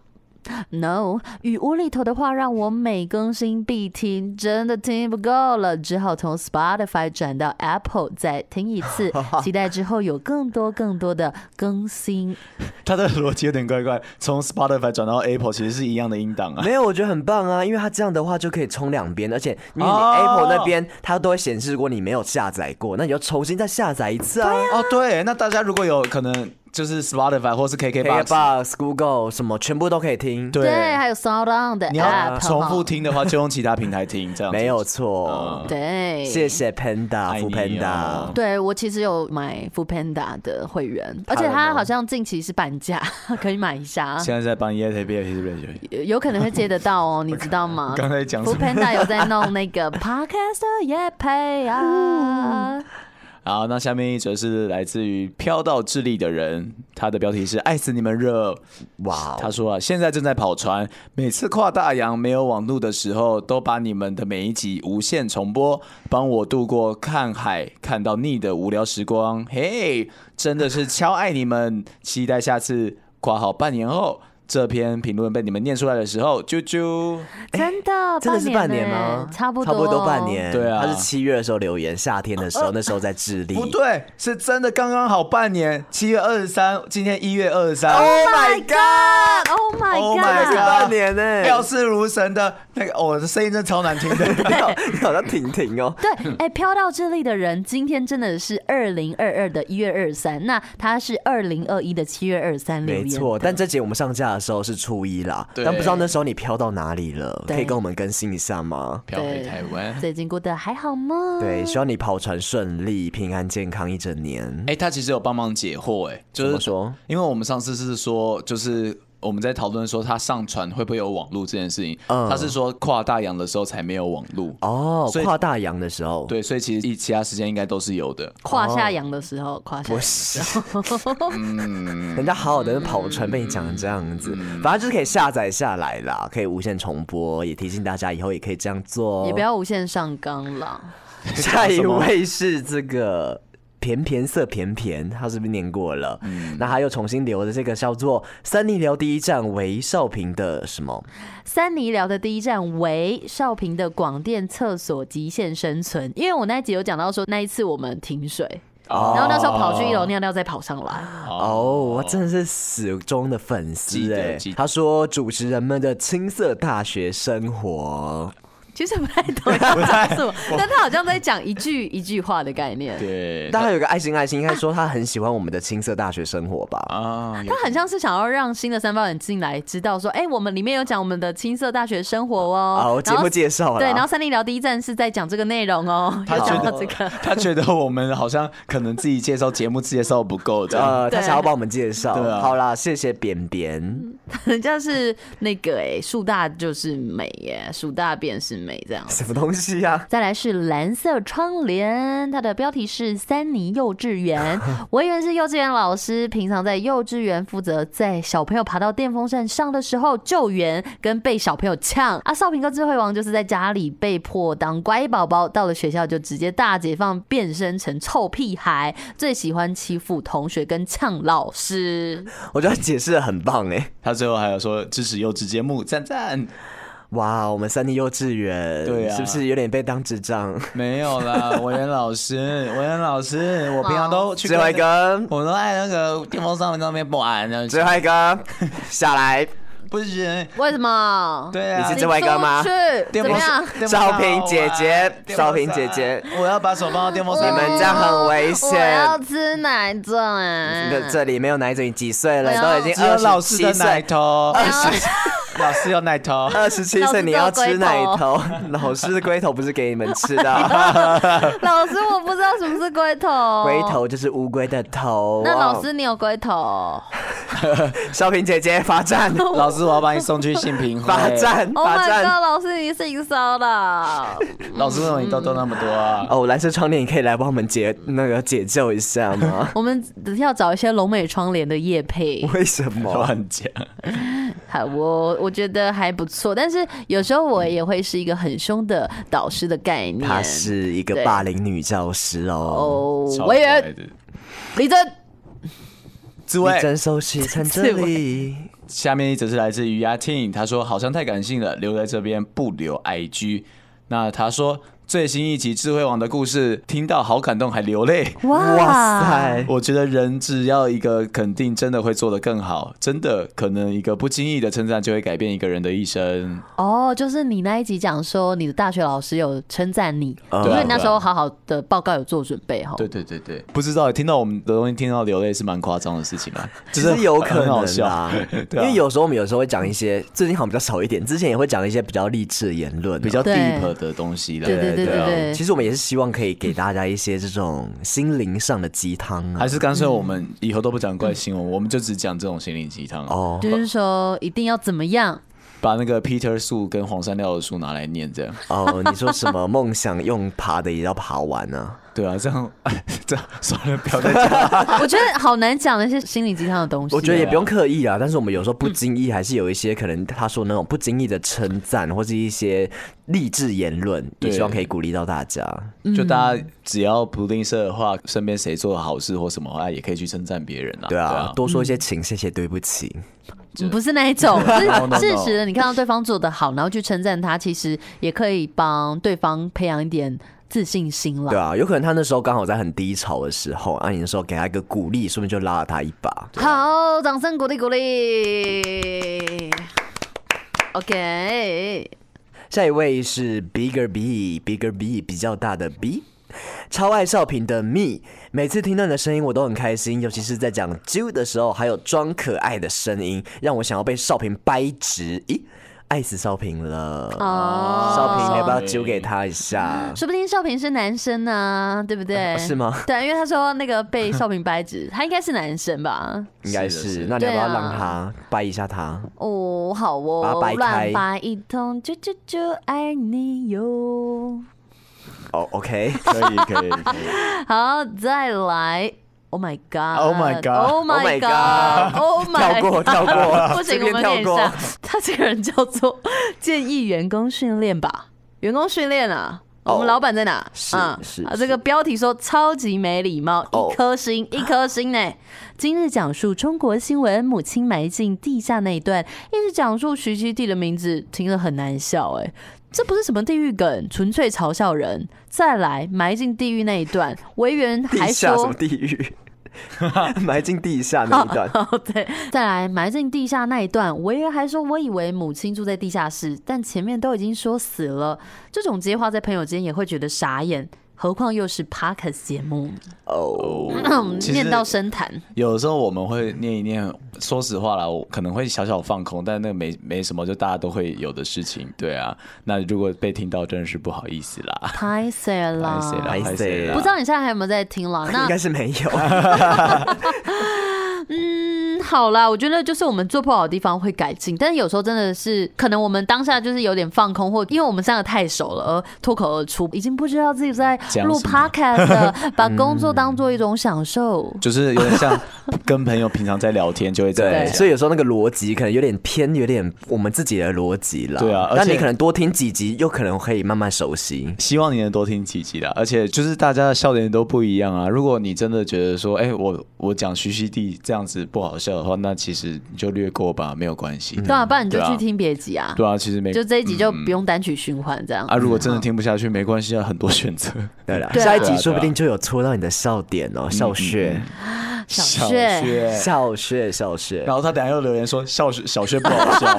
[SPEAKER 1] No，与无厘头的话让我每更新必听，真的听不够了，只好从 Spotify 转到 Apple 再听一 次，期待之后有更多更多的更新。
[SPEAKER 5] 他的逻辑有点怪怪。从 Spotify 转到 Apple，其实是一样的音档啊。
[SPEAKER 4] 没有，我觉得很棒啊，因为它这样的话就可以冲两边，而且因为你
[SPEAKER 5] 哦
[SPEAKER 4] Apple 那边它都会显示过你没有下载过，那你就重新再下载一次啊。
[SPEAKER 5] 哦，对，那大家如果有可能，就是 Spotify 或是
[SPEAKER 4] 啊
[SPEAKER 5] KKBox，
[SPEAKER 4] KBox、Google 什么全部都可以听，
[SPEAKER 5] 对，
[SPEAKER 1] 对，还有 Sound On 的
[SPEAKER 5] 你要
[SPEAKER 1] App，
[SPEAKER 5] 重复
[SPEAKER 1] 哈
[SPEAKER 5] 听的话，就用其他平台听，这样子
[SPEAKER 4] 没有错。
[SPEAKER 1] 对，
[SPEAKER 4] 啊谢。谢 Panda
[SPEAKER 5] 爱
[SPEAKER 4] 副
[SPEAKER 5] 你
[SPEAKER 4] Panda，
[SPEAKER 5] 哦
[SPEAKER 1] 对我其实有买 f o o Panda 的会员，而
[SPEAKER 4] 了
[SPEAKER 1] 且它
[SPEAKER 4] 吗
[SPEAKER 1] 好像近期是半价， 可以买一下，
[SPEAKER 5] 现在在帮 y e t b a
[SPEAKER 1] 有有可能会接得到哦，你知道 吗？
[SPEAKER 5] 刚才讲
[SPEAKER 1] f
[SPEAKER 5] 什
[SPEAKER 1] o o
[SPEAKER 5] 么？
[SPEAKER 1] Panda 有在弄那个 Podcast 也配啊，
[SPEAKER 4] 哦
[SPEAKER 5] 好，那下面一则是来自于飘到智利的人，他的标题是“爱死你们热”。
[SPEAKER 4] 哇
[SPEAKER 5] 他说啊，现在正在跑船，每次跨大洋没有网路的时候，都把你们的每一集无限重播，帮我度过看海看到腻的无聊时光。嘿，真的是超爱你们，期待下次（括号半年后）这篇评论被你们念出来的时候，啾啾。
[SPEAKER 1] 真的，
[SPEAKER 4] 哎真的是哦半年吗
[SPEAKER 1] 呢？差不多，
[SPEAKER 4] 差不多半。年。
[SPEAKER 5] 对啊
[SPEAKER 4] 他是七月的时候留言，夏天的时候，那时候在智利。
[SPEAKER 5] 不对，是真的刚刚好半年，七月二十三，今天一月二十三。
[SPEAKER 4] ，Oh my God！
[SPEAKER 1] Oh my
[SPEAKER 5] Oh my
[SPEAKER 4] 那是
[SPEAKER 1] god！
[SPEAKER 4] 半年欸呢。
[SPEAKER 5] 料事如神的那个，我、的声音真的超难听 的。
[SPEAKER 4] 你好像婷婷 哦。
[SPEAKER 1] 对，哎、飘到智利的人，今天真的是二零二二的一月二三，那他是二零二一的七月二三留
[SPEAKER 4] 没
[SPEAKER 1] 言，
[SPEAKER 4] 错，但这节我们上架的时候是初一啦，
[SPEAKER 5] 对
[SPEAKER 4] 但不知道那时候你飘到哪里了，
[SPEAKER 1] 对
[SPEAKER 4] 可以跟我们更新一下吗？
[SPEAKER 5] 飘回台湾。
[SPEAKER 1] 最近过得还好吗？
[SPEAKER 4] 对，希望你跑船顺利、平安健康一整年。
[SPEAKER 5] 哎、他其实有帮忙解惑、哎，就
[SPEAKER 4] 怎
[SPEAKER 5] 是
[SPEAKER 4] 么说，
[SPEAKER 5] 因为我们上次是说，就是我们在讨论说它上传会不会有网路这件事情，
[SPEAKER 4] 嗯
[SPEAKER 5] 他是说跨大洋的时候才没有网路。
[SPEAKER 4] 哦，
[SPEAKER 5] 哎所以
[SPEAKER 4] 跨大洋的时候，，
[SPEAKER 5] 对，所以其实一其他时间应该都是有的。
[SPEAKER 1] 胯下洋的时候，胯下
[SPEAKER 4] 不是，人家好好的跑船被你讲成这样子，反正就是可以下载下来啦，可以无限重播，也提醒大家以后也可以这样做、哦。
[SPEAKER 1] 也不要无限上纲了。
[SPEAKER 4] 下一位是这个甜甜色甜甜，他是不是念过了？
[SPEAKER 5] 嗯
[SPEAKER 4] 那他又重新留的这个叫做三立聊第一站韦少平的什么？
[SPEAKER 1] 三尼聊的第一站为少平的广电厕所极限生存，因为我那一集有讲到说那一次我们停水，然后那时候跑去一楼尿尿再跑上来，
[SPEAKER 4] 哦，我真的是死忠的粉
[SPEAKER 5] 记
[SPEAKER 4] 丝
[SPEAKER 5] 得
[SPEAKER 4] 哎
[SPEAKER 5] 记！得
[SPEAKER 4] 他说主持人们的青涩大学生活，
[SPEAKER 5] 呃
[SPEAKER 1] 其实不太懂要讲什么，但他好像在讲一句一句话的概念，
[SPEAKER 5] 对，
[SPEAKER 4] 但他有个爱心爱心，应该说他很喜欢我们的青涩大学生活吧？
[SPEAKER 5] 啊，有
[SPEAKER 1] 他很像是想要让新的三八人进来，知道说，哎、我们里面有讲我们的青涩大学生活哦
[SPEAKER 4] 哦，，
[SPEAKER 1] 然
[SPEAKER 4] 节
[SPEAKER 1] 后
[SPEAKER 4] 目介绍了，
[SPEAKER 1] 对，然后三零聊第一站是在讲这个内容哦，
[SPEAKER 5] 他
[SPEAKER 1] 有
[SPEAKER 5] 觉
[SPEAKER 1] 讲
[SPEAKER 5] 得
[SPEAKER 1] 到这个，
[SPEAKER 5] 他觉得我们好像可能自己介绍节目介绍不够这样。
[SPEAKER 4] 呃，他
[SPEAKER 1] 对
[SPEAKER 4] 想要帮我们介绍
[SPEAKER 5] 对啊。
[SPEAKER 4] 好啦，谢谢扁扁，
[SPEAKER 1] 人家是那个哎、树大就是美耶，树大便是美这样。
[SPEAKER 4] 什么东西啊呀、
[SPEAKER 1] 再来是蓝色窗帘，它的标题是三尼幼稚园。 我以为是幼稚园老师，平常在幼稚园负责在小朋友爬到电风扇上的时候救援跟被小朋友呛啊。少平哥智慧王就是在家里被迫当乖宝宝，到了学校就直接大解放，变身成臭屁孩，最喜欢欺负同学跟呛老师。
[SPEAKER 4] 我觉得他解释的很棒哎、
[SPEAKER 5] 他最后还有说支持幼稚节目，赞赞。
[SPEAKER 4] 哇，我们三 D 幼稚园，
[SPEAKER 5] 对啊
[SPEAKER 4] 是不是有点被当智障？
[SPEAKER 5] 没有 啦，文言老师，文言老师，我平常都去
[SPEAKER 4] 最后一个，
[SPEAKER 5] 我都爱那个电风扇那边不安，然后
[SPEAKER 4] 最后一个，下 来，
[SPEAKER 5] 不是，
[SPEAKER 1] 为什么？
[SPEAKER 5] 对啊，
[SPEAKER 4] 你是最后一个吗
[SPEAKER 1] 你出去
[SPEAKER 5] 电
[SPEAKER 1] 怎么
[SPEAKER 5] 风
[SPEAKER 1] 样
[SPEAKER 5] 扇？，电风扇
[SPEAKER 4] 少平姐姐
[SPEAKER 5] 好玩，电风扇
[SPEAKER 4] 少平姐姐，
[SPEAKER 5] 我要把手放到电风
[SPEAKER 4] 你
[SPEAKER 5] 扇里
[SPEAKER 4] 们
[SPEAKER 5] 面。
[SPEAKER 4] 这样很危
[SPEAKER 1] 我要
[SPEAKER 4] 险。
[SPEAKER 1] 吃奶粽啊！
[SPEAKER 4] 这这里没有奶嘴，你几岁了？
[SPEAKER 1] 我要
[SPEAKER 4] 都已经
[SPEAKER 5] 只有老
[SPEAKER 4] 二十
[SPEAKER 5] 师
[SPEAKER 4] 七
[SPEAKER 5] 的奶
[SPEAKER 4] 岁，
[SPEAKER 5] 头， 老师有奶头，
[SPEAKER 4] 二十七
[SPEAKER 1] 老师
[SPEAKER 4] 岁你要
[SPEAKER 1] 只有
[SPEAKER 4] 吃
[SPEAKER 1] 龟
[SPEAKER 4] 奶
[SPEAKER 1] 头
[SPEAKER 4] 头， 老师的龟头不是给你们 吃的，啊
[SPEAKER 1] 老师，我不知道什么是龟头。
[SPEAKER 4] 龟。头啊就是乌龟的头。
[SPEAKER 1] 那老师，你有龟 头
[SPEAKER 4] 少平姐姐 罚站，
[SPEAKER 5] 老师我要把你送去性平 会。
[SPEAKER 4] 罚站，
[SPEAKER 1] ？Oh
[SPEAKER 4] 罚
[SPEAKER 1] my
[SPEAKER 4] 站。
[SPEAKER 1] god！老师，你性骚扰。？
[SPEAKER 5] 老师为什么你痘痘那么多啊？
[SPEAKER 4] 哦，蓝色窗帘，你可以来帮我们解那个解救一下吗
[SPEAKER 1] 我们要找一些龙美窗帘的叶 配。
[SPEAKER 4] 为什么？
[SPEAKER 5] 乱讲，
[SPEAKER 1] 好，我我觉得还不错，但是有时候我也会是一个很凶的导师的概念。
[SPEAKER 4] 她是一个
[SPEAKER 1] 对
[SPEAKER 4] 霸凌女教师哦。
[SPEAKER 1] 哦，
[SPEAKER 5] 超
[SPEAKER 1] 委
[SPEAKER 5] 乖
[SPEAKER 1] 员
[SPEAKER 5] 的
[SPEAKER 1] 李真。
[SPEAKER 5] 紫
[SPEAKER 4] 你
[SPEAKER 5] 薇，
[SPEAKER 4] 真熟悉，从这里。
[SPEAKER 5] 下面一则是来自于阿 Tin，他说好像太感性了，留在这边不留 IG。那他说最新一集《智慧王》的故事，听到好感动，还流泪。
[SPEAKER 4] 哇！塞！
[SPEAKER 5] 我觉得人只要一个肯定，真的会做得更好。真的，可能一个不经意的称赞就会改变一个人的一生。
[SPEAKER 1] 哦，就是你那一集讲说你的大学老师有称赞你，
[SPEAKER 4] 嗯
[SPEAKER 1] 因为你那时候好好的报告有做准备哈。
[SPEAKER 5] 对对对对，不知道听到我们的东西，听到流泪是蛮夸张的事情 啦，
[SPEAKER 4] 其
[SPEAKER 5] 就是
[SPEAKER 4] 实有可
[SPEAKER 5] 很
[SPEAKER 4] 能
[SPEAKER 5] 好笑，
[SPEAKER 4] 啦
[SPEAKER 5] 对
[SPEAKER 4] 因
[SPEAKER 5] 啊
[SPEAKER 4] 为有时候我们有时候会讲一些，最近好像比较少一点，之前也会讲一些比较励志的言论啊，
[SPEAKER 5] 比较
[SPEAKER 1] 对
[SPEAKER 5] deep 的东西啦。
[SPEAKER 1] 对对对对
[SPEAKER 5] 啊
[SPEAKER 1] 对，
[SPEAKER 4] 其实我们也是希望可以给大家一些这种心灵上的鸡汤啊
[SPEAKER 5] 还。是干脆我们以后都不讲怪新闻，我们就只讲这种心灵鸡汤。
[SPEAKER 4] 哦，
[SPEAKER 1] 就是说一定要怎么样？
[SPEAKER 5] 把那个 Peter 树跟黄山料的树拿来念，这样
[SPEAKER 4] 哦，你说什么梦想用爬的也要爬完呢？
[SPEAKER 5] 对啊，这样 这样算了，不要再 讲了。
[SPEAKER 1] 我觉得好难讲那些心理鸡汤的东西。
[SPEAKER 4] 我觉得也不用刻意啊，但是我们有时候不经意还是有一些可能他说那种不经意的称赞或是一些励志言论，也
[SPEAKER 5] 对
[SPEAKER 4] 希望可以鼓励到大家。
[SPEAKER 1] 嗯
[SPEAKER 5] 就大家只要不吝啬的话，身边谁做的好事或什么话，也可以去称赞别人啊。
[SPEAKER 4] 对啊，多说一些请，谢谢，对不起。
[SPEAKER 1] 嗯不是那一 种，是
[SPEAKER 5] No, no, no
[SPEAKER 1] 事实的。你看到对方做的好，然后去称赞他，其实也可以帮对方培养一点自信心
[SPEAKER 4] 对
[SPEAKER 1] 啦。
[SPEAKER 4] 啊，有可能他那时候刚好在很低潮的时候，啊，你那时候给他一个鼓励，说不定就拉了他一把。
[SPEAKER 1] 好，掌声鼓励鼓励。OK，
[SPEAKER 4] 下一位是 Bigger B，Bigger B 比较大的 B。超爱少平的 me，每次听到你的声音我都很开心，尤其是在讲 j 的时候，还有装可爱的声音，让我想要被少平掰直。咦，爱死少平了。
[SPEAKER 1] 哦
[SPEAKER 4] 少平，你要不要揪给他一下？
[SPEAKER 1] 说不定少平是男生呢、对不对？
[SPEAKER 4] 啊是吗
[SPEAKER 1] 对，因为他说那个被少平掰直， 他应该是男生吧？
[SPEAKER 4] 应该
[SPEAKER 5] 是的是
[SPEAKER 4] 是
[SPEAKER 5] 的。
[SPEAKER 4] 那你要不要
[SPEAKER 1] 对啊
[SPEAKER 4] 让他掰一下他？
[SPEAKER 1] 哦，好
[SPEAKER 4] 把
[SPEAKER 1] 哦
[SPEAKER 4] 它掰，开
[SPEAKER 1] 乱发一通，啾啾啾，爱你哟。
[SPEAKER 4] 哦，OK，
[SPEAKER 5] 可啊以 可以可以。
[SPEAKER 1] 好，再来。Oh my god!
[SPEAKER 5] Oh my god.
[SPEAKER 1] Oh
[SPEAKER 4] Oh
[SPEAKER 1] my
[SPEAKER 4] my
[SPEAKER 1] god!
[SPEAKER 4] god.
[SPEAKER 1] Oh my
[SPEAKER 4] 跳过
[SPEAKER 1] god.
[SPEAKER 4] 跳过，
[SPEAKER 1] 不
[SPEAKER 4] 随
[SPEAKER 1] 行，我
[SPEAKER 4] 便
[SPEAKER 1] 们
[SPEAKER 4] 跳
[SPEAKER 1] 念一
[SPEAKER 4] 过。
[SPEAKER 1] 下。他这个人叫做建议员工训练吧，员工训练啊。我们
[SPEAKER 4] 哦
[SPEAKER 1] 老板在哪？
[SPEAKER 4] 是
[SPEAKER 1] 啊
[SPEAKER 4] 是
[SPEAKER 1] 啊
[SPEAKER 4] 是
[SPEAKER 1] 这个标题说超级没礼貌，
[SPEAKER 4] 哦
[SPEAKER 1] 一颗 星，一颗星呢。今日讲述中国新闻，母亲埋进地下那一段，一直讲述徐熙娣的名字，听了很难笑哎、这不是什么地狱梗，纯粹嘲笑人。再来埋进地狱那一段，维园还
[SPEAKER 4] 地下什
[SPEAKER 1] 说
[SPEAKER 4] 么地狱？埋进地下那一段，
[SPEAKER 1] 哦， 对，再来埋进地下那一段，维园还说，我以为母亲住在地下室，但前面都已经说死了。这种接话在朋友间也会觉得傻眼，何况又是 podcast 节目，
[SPEAKER 4] 哦，
[SPEAKER 5] 其实
[SPEAKER 1] 念到生痰。
[SPEAKER 5] 有时候我们会念一念，说实话啦，我可能会小小放空，但那没没什么，就大家都会有的事情，对啊。那如果被听到，真的是不好意思啦，
[SPEAKER 1] 太塞
[SPEAKER 5] 拍谁啦，
[SPEAKER 1] 啦！
[SPEAKER 5] 拍谁啦？
[SPEAKER 1] 不知道你现在还有没有在听 了？那
[SPEAKER 4] 应该是没有。
[SPEAKER 1] 嗯，好啦，我觉得就是我们做不好的地方会改进，但是有时候真的是可能我们当下就是有点放空，或因为我们三个太熟了而脱口而出，已经不知道自己在
[SPEAKER 5] 讲
[SPEAKER 1] 录
[SPEAKER 5] 什么嗯
[SPEAKER 1] podcast 了， 把工作当做一种享受。
[SPEAKER 5] 就是有点像跟朋友平常在聊天就会这
[SPEAKER 4] 对，
[SPEAKER 5] 样
[SPEAKER 4] 所
[SPEAKER 5] 讲。
[SPEAKER 4] 以有时候那个逻辑可能有点偏，有点我们自己的逻辑啦。
[SPEAKER 5] 对啊而
[SPEAKER 4] 但
[SPEAKER 5] 且
[SPEAKER 4] 你可能多听几集，又可能可以慢慢熟悉。
[SPEAKER 5] 希望你能多听几集啦，而且就是大家的笑点都不一样啊。如果你真的觉得说，哎、我我讲徐熙娣这样子不好笑的话，那其实你就略过吧，没有关系。
[SPEAKER 1] 对啊，不然你就
[SPEAKER 5] 对啊
[SPEAKER 1] 去听别集啊，
[SPEAKER 5] 对啊，其实没
[SPEAKER 1] 就这一集就不用单曲循环这样。
[SPEAKER 5] 啊。如果真的听不下去，没关系啊，很多选择。
[SPEAKER 4] 对了，
[SPEAKER 1] 对啊
[SPEAKER 4] 下一集说不定就有戳到你的笑点
[SPEAKER 5] 嗯
[SPEAKER 4] 哦，笑穴，
[SPEAKER 1] 小
[SPEAKER 5] 小
[SPEAKER 1] 穴，
[SPEAKER 5] 学
[SPEAKER 4] 笑穴，笑穴
[SPEAKER 5] 然，后他等下又留言说笑学小学不好笑，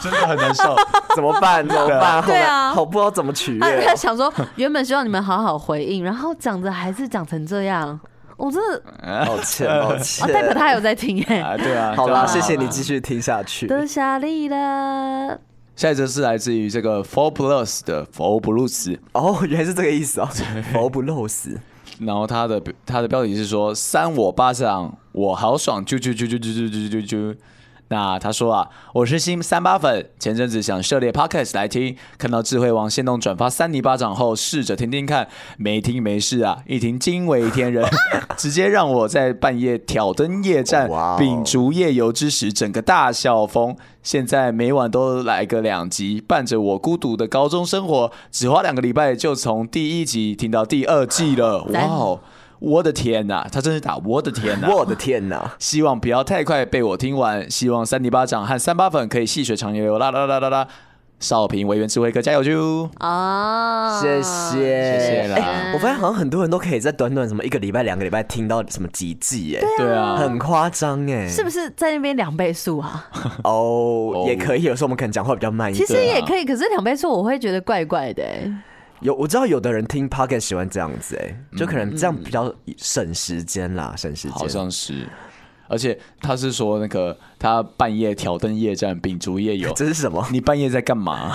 [SPEAKER 5] 真的很难笑。
[SPEAKER 4] 怎么办？怎么办？
[SPEAKER 1] 对啊
[SPEAKER 4] 好难好不知道怎么取悦
[SPEAKER 1] 他
[SPEAKER 4] 哦
[SPEAKER 1] 他。想说，原本希望你们好好回应，然后讲着还是讲成这样，我真的
[SPEAKER 4] 抱 歉，抱歉
[SPEAKER 1] 啊，。代表他还有在听哎。
[SPEAKER 5] 啊，对啊，
[SPEAKER 4] 好啦，
[SPEAKER 5] 这
[SPEAKER 4] 谢
[SPEAKER 5] 样
[SPEAKER 4] 谢你继续听下去。
[SPEAKER 1] 得下力了，
[SPEAKER 5] 下一则是来自于这个 Four Plus 的 Four Blues，
[SPEAKER 4] 哦，原来是这个意思哦，佛不漏死。
[SPEAKER 5] 然后他的他的标题是说扇我巴掌，我好爽，啾啾啾啾啾啾啾啾啾。那他说啊，我是新三八粉，前阵子想涉猎 podcast 来听，看到智慧王先动转发三泥巴掌后，试着听听看，没听没事啊，一听惊为天人，直接让我在半夜挑灯夜战
[SPEAKER 4] 哇哦，
[SPEAKER 5] 秉烛夜游之时，整个大笑疯。现在每晚都来个两集，伴着我孤独的高中生活，只花两个礼拜就从第一集听到第二季了， 哇哦！我的天呐、他真是打我的天呐、
[SPEAKER 4] 我的天哪！
[SPEAKER 5] 希望不要太快被我听完，希望三迪巴掌和三八粉可以细水长流，啦啦啦啦啦！少平维园智慧哥加油啾！
[SPEAKER 1] 哦，
[SPEAKER 4] 谢谢，
[SPEAKER 5] 谢谢啦
[SPEAKER 4] 哎我发现好像很多人都可以在短短什么一个礼拜、两个礼拜听到什么几季，哎，
[SPEAKER 5] 对啊，
[SPEAKER 4] 很夸张哎，
[SPEAKER 1] 是不是在那边两倍速啊？
[SPEAKER 4] 哦，也可以。有时候我们可能讲话比较慢一
[SPEAKER 1] 其
[SPEAKER 4] 点。
[SPEAKER 1] 实也可以，可是两倍速我会觉得怪怪的、欸。
[SPEAKER 4] 有我知道有的人听 p o c k e t 喜欢这样子、哎、
[SPEAKER 1] 嗯
[SPEAKER 4] 就可能这样比较省时间啦，省时
[SPEAKER 5] 好
[SPEAKER 4] 间。
[SPEAKER 5] 像是。而且他是说那个他半夜挑灯夜战，秉烛夜游，
[SPEAKER 4] 这是什么？
[SPEAKER 5] 你半夜在干嘛？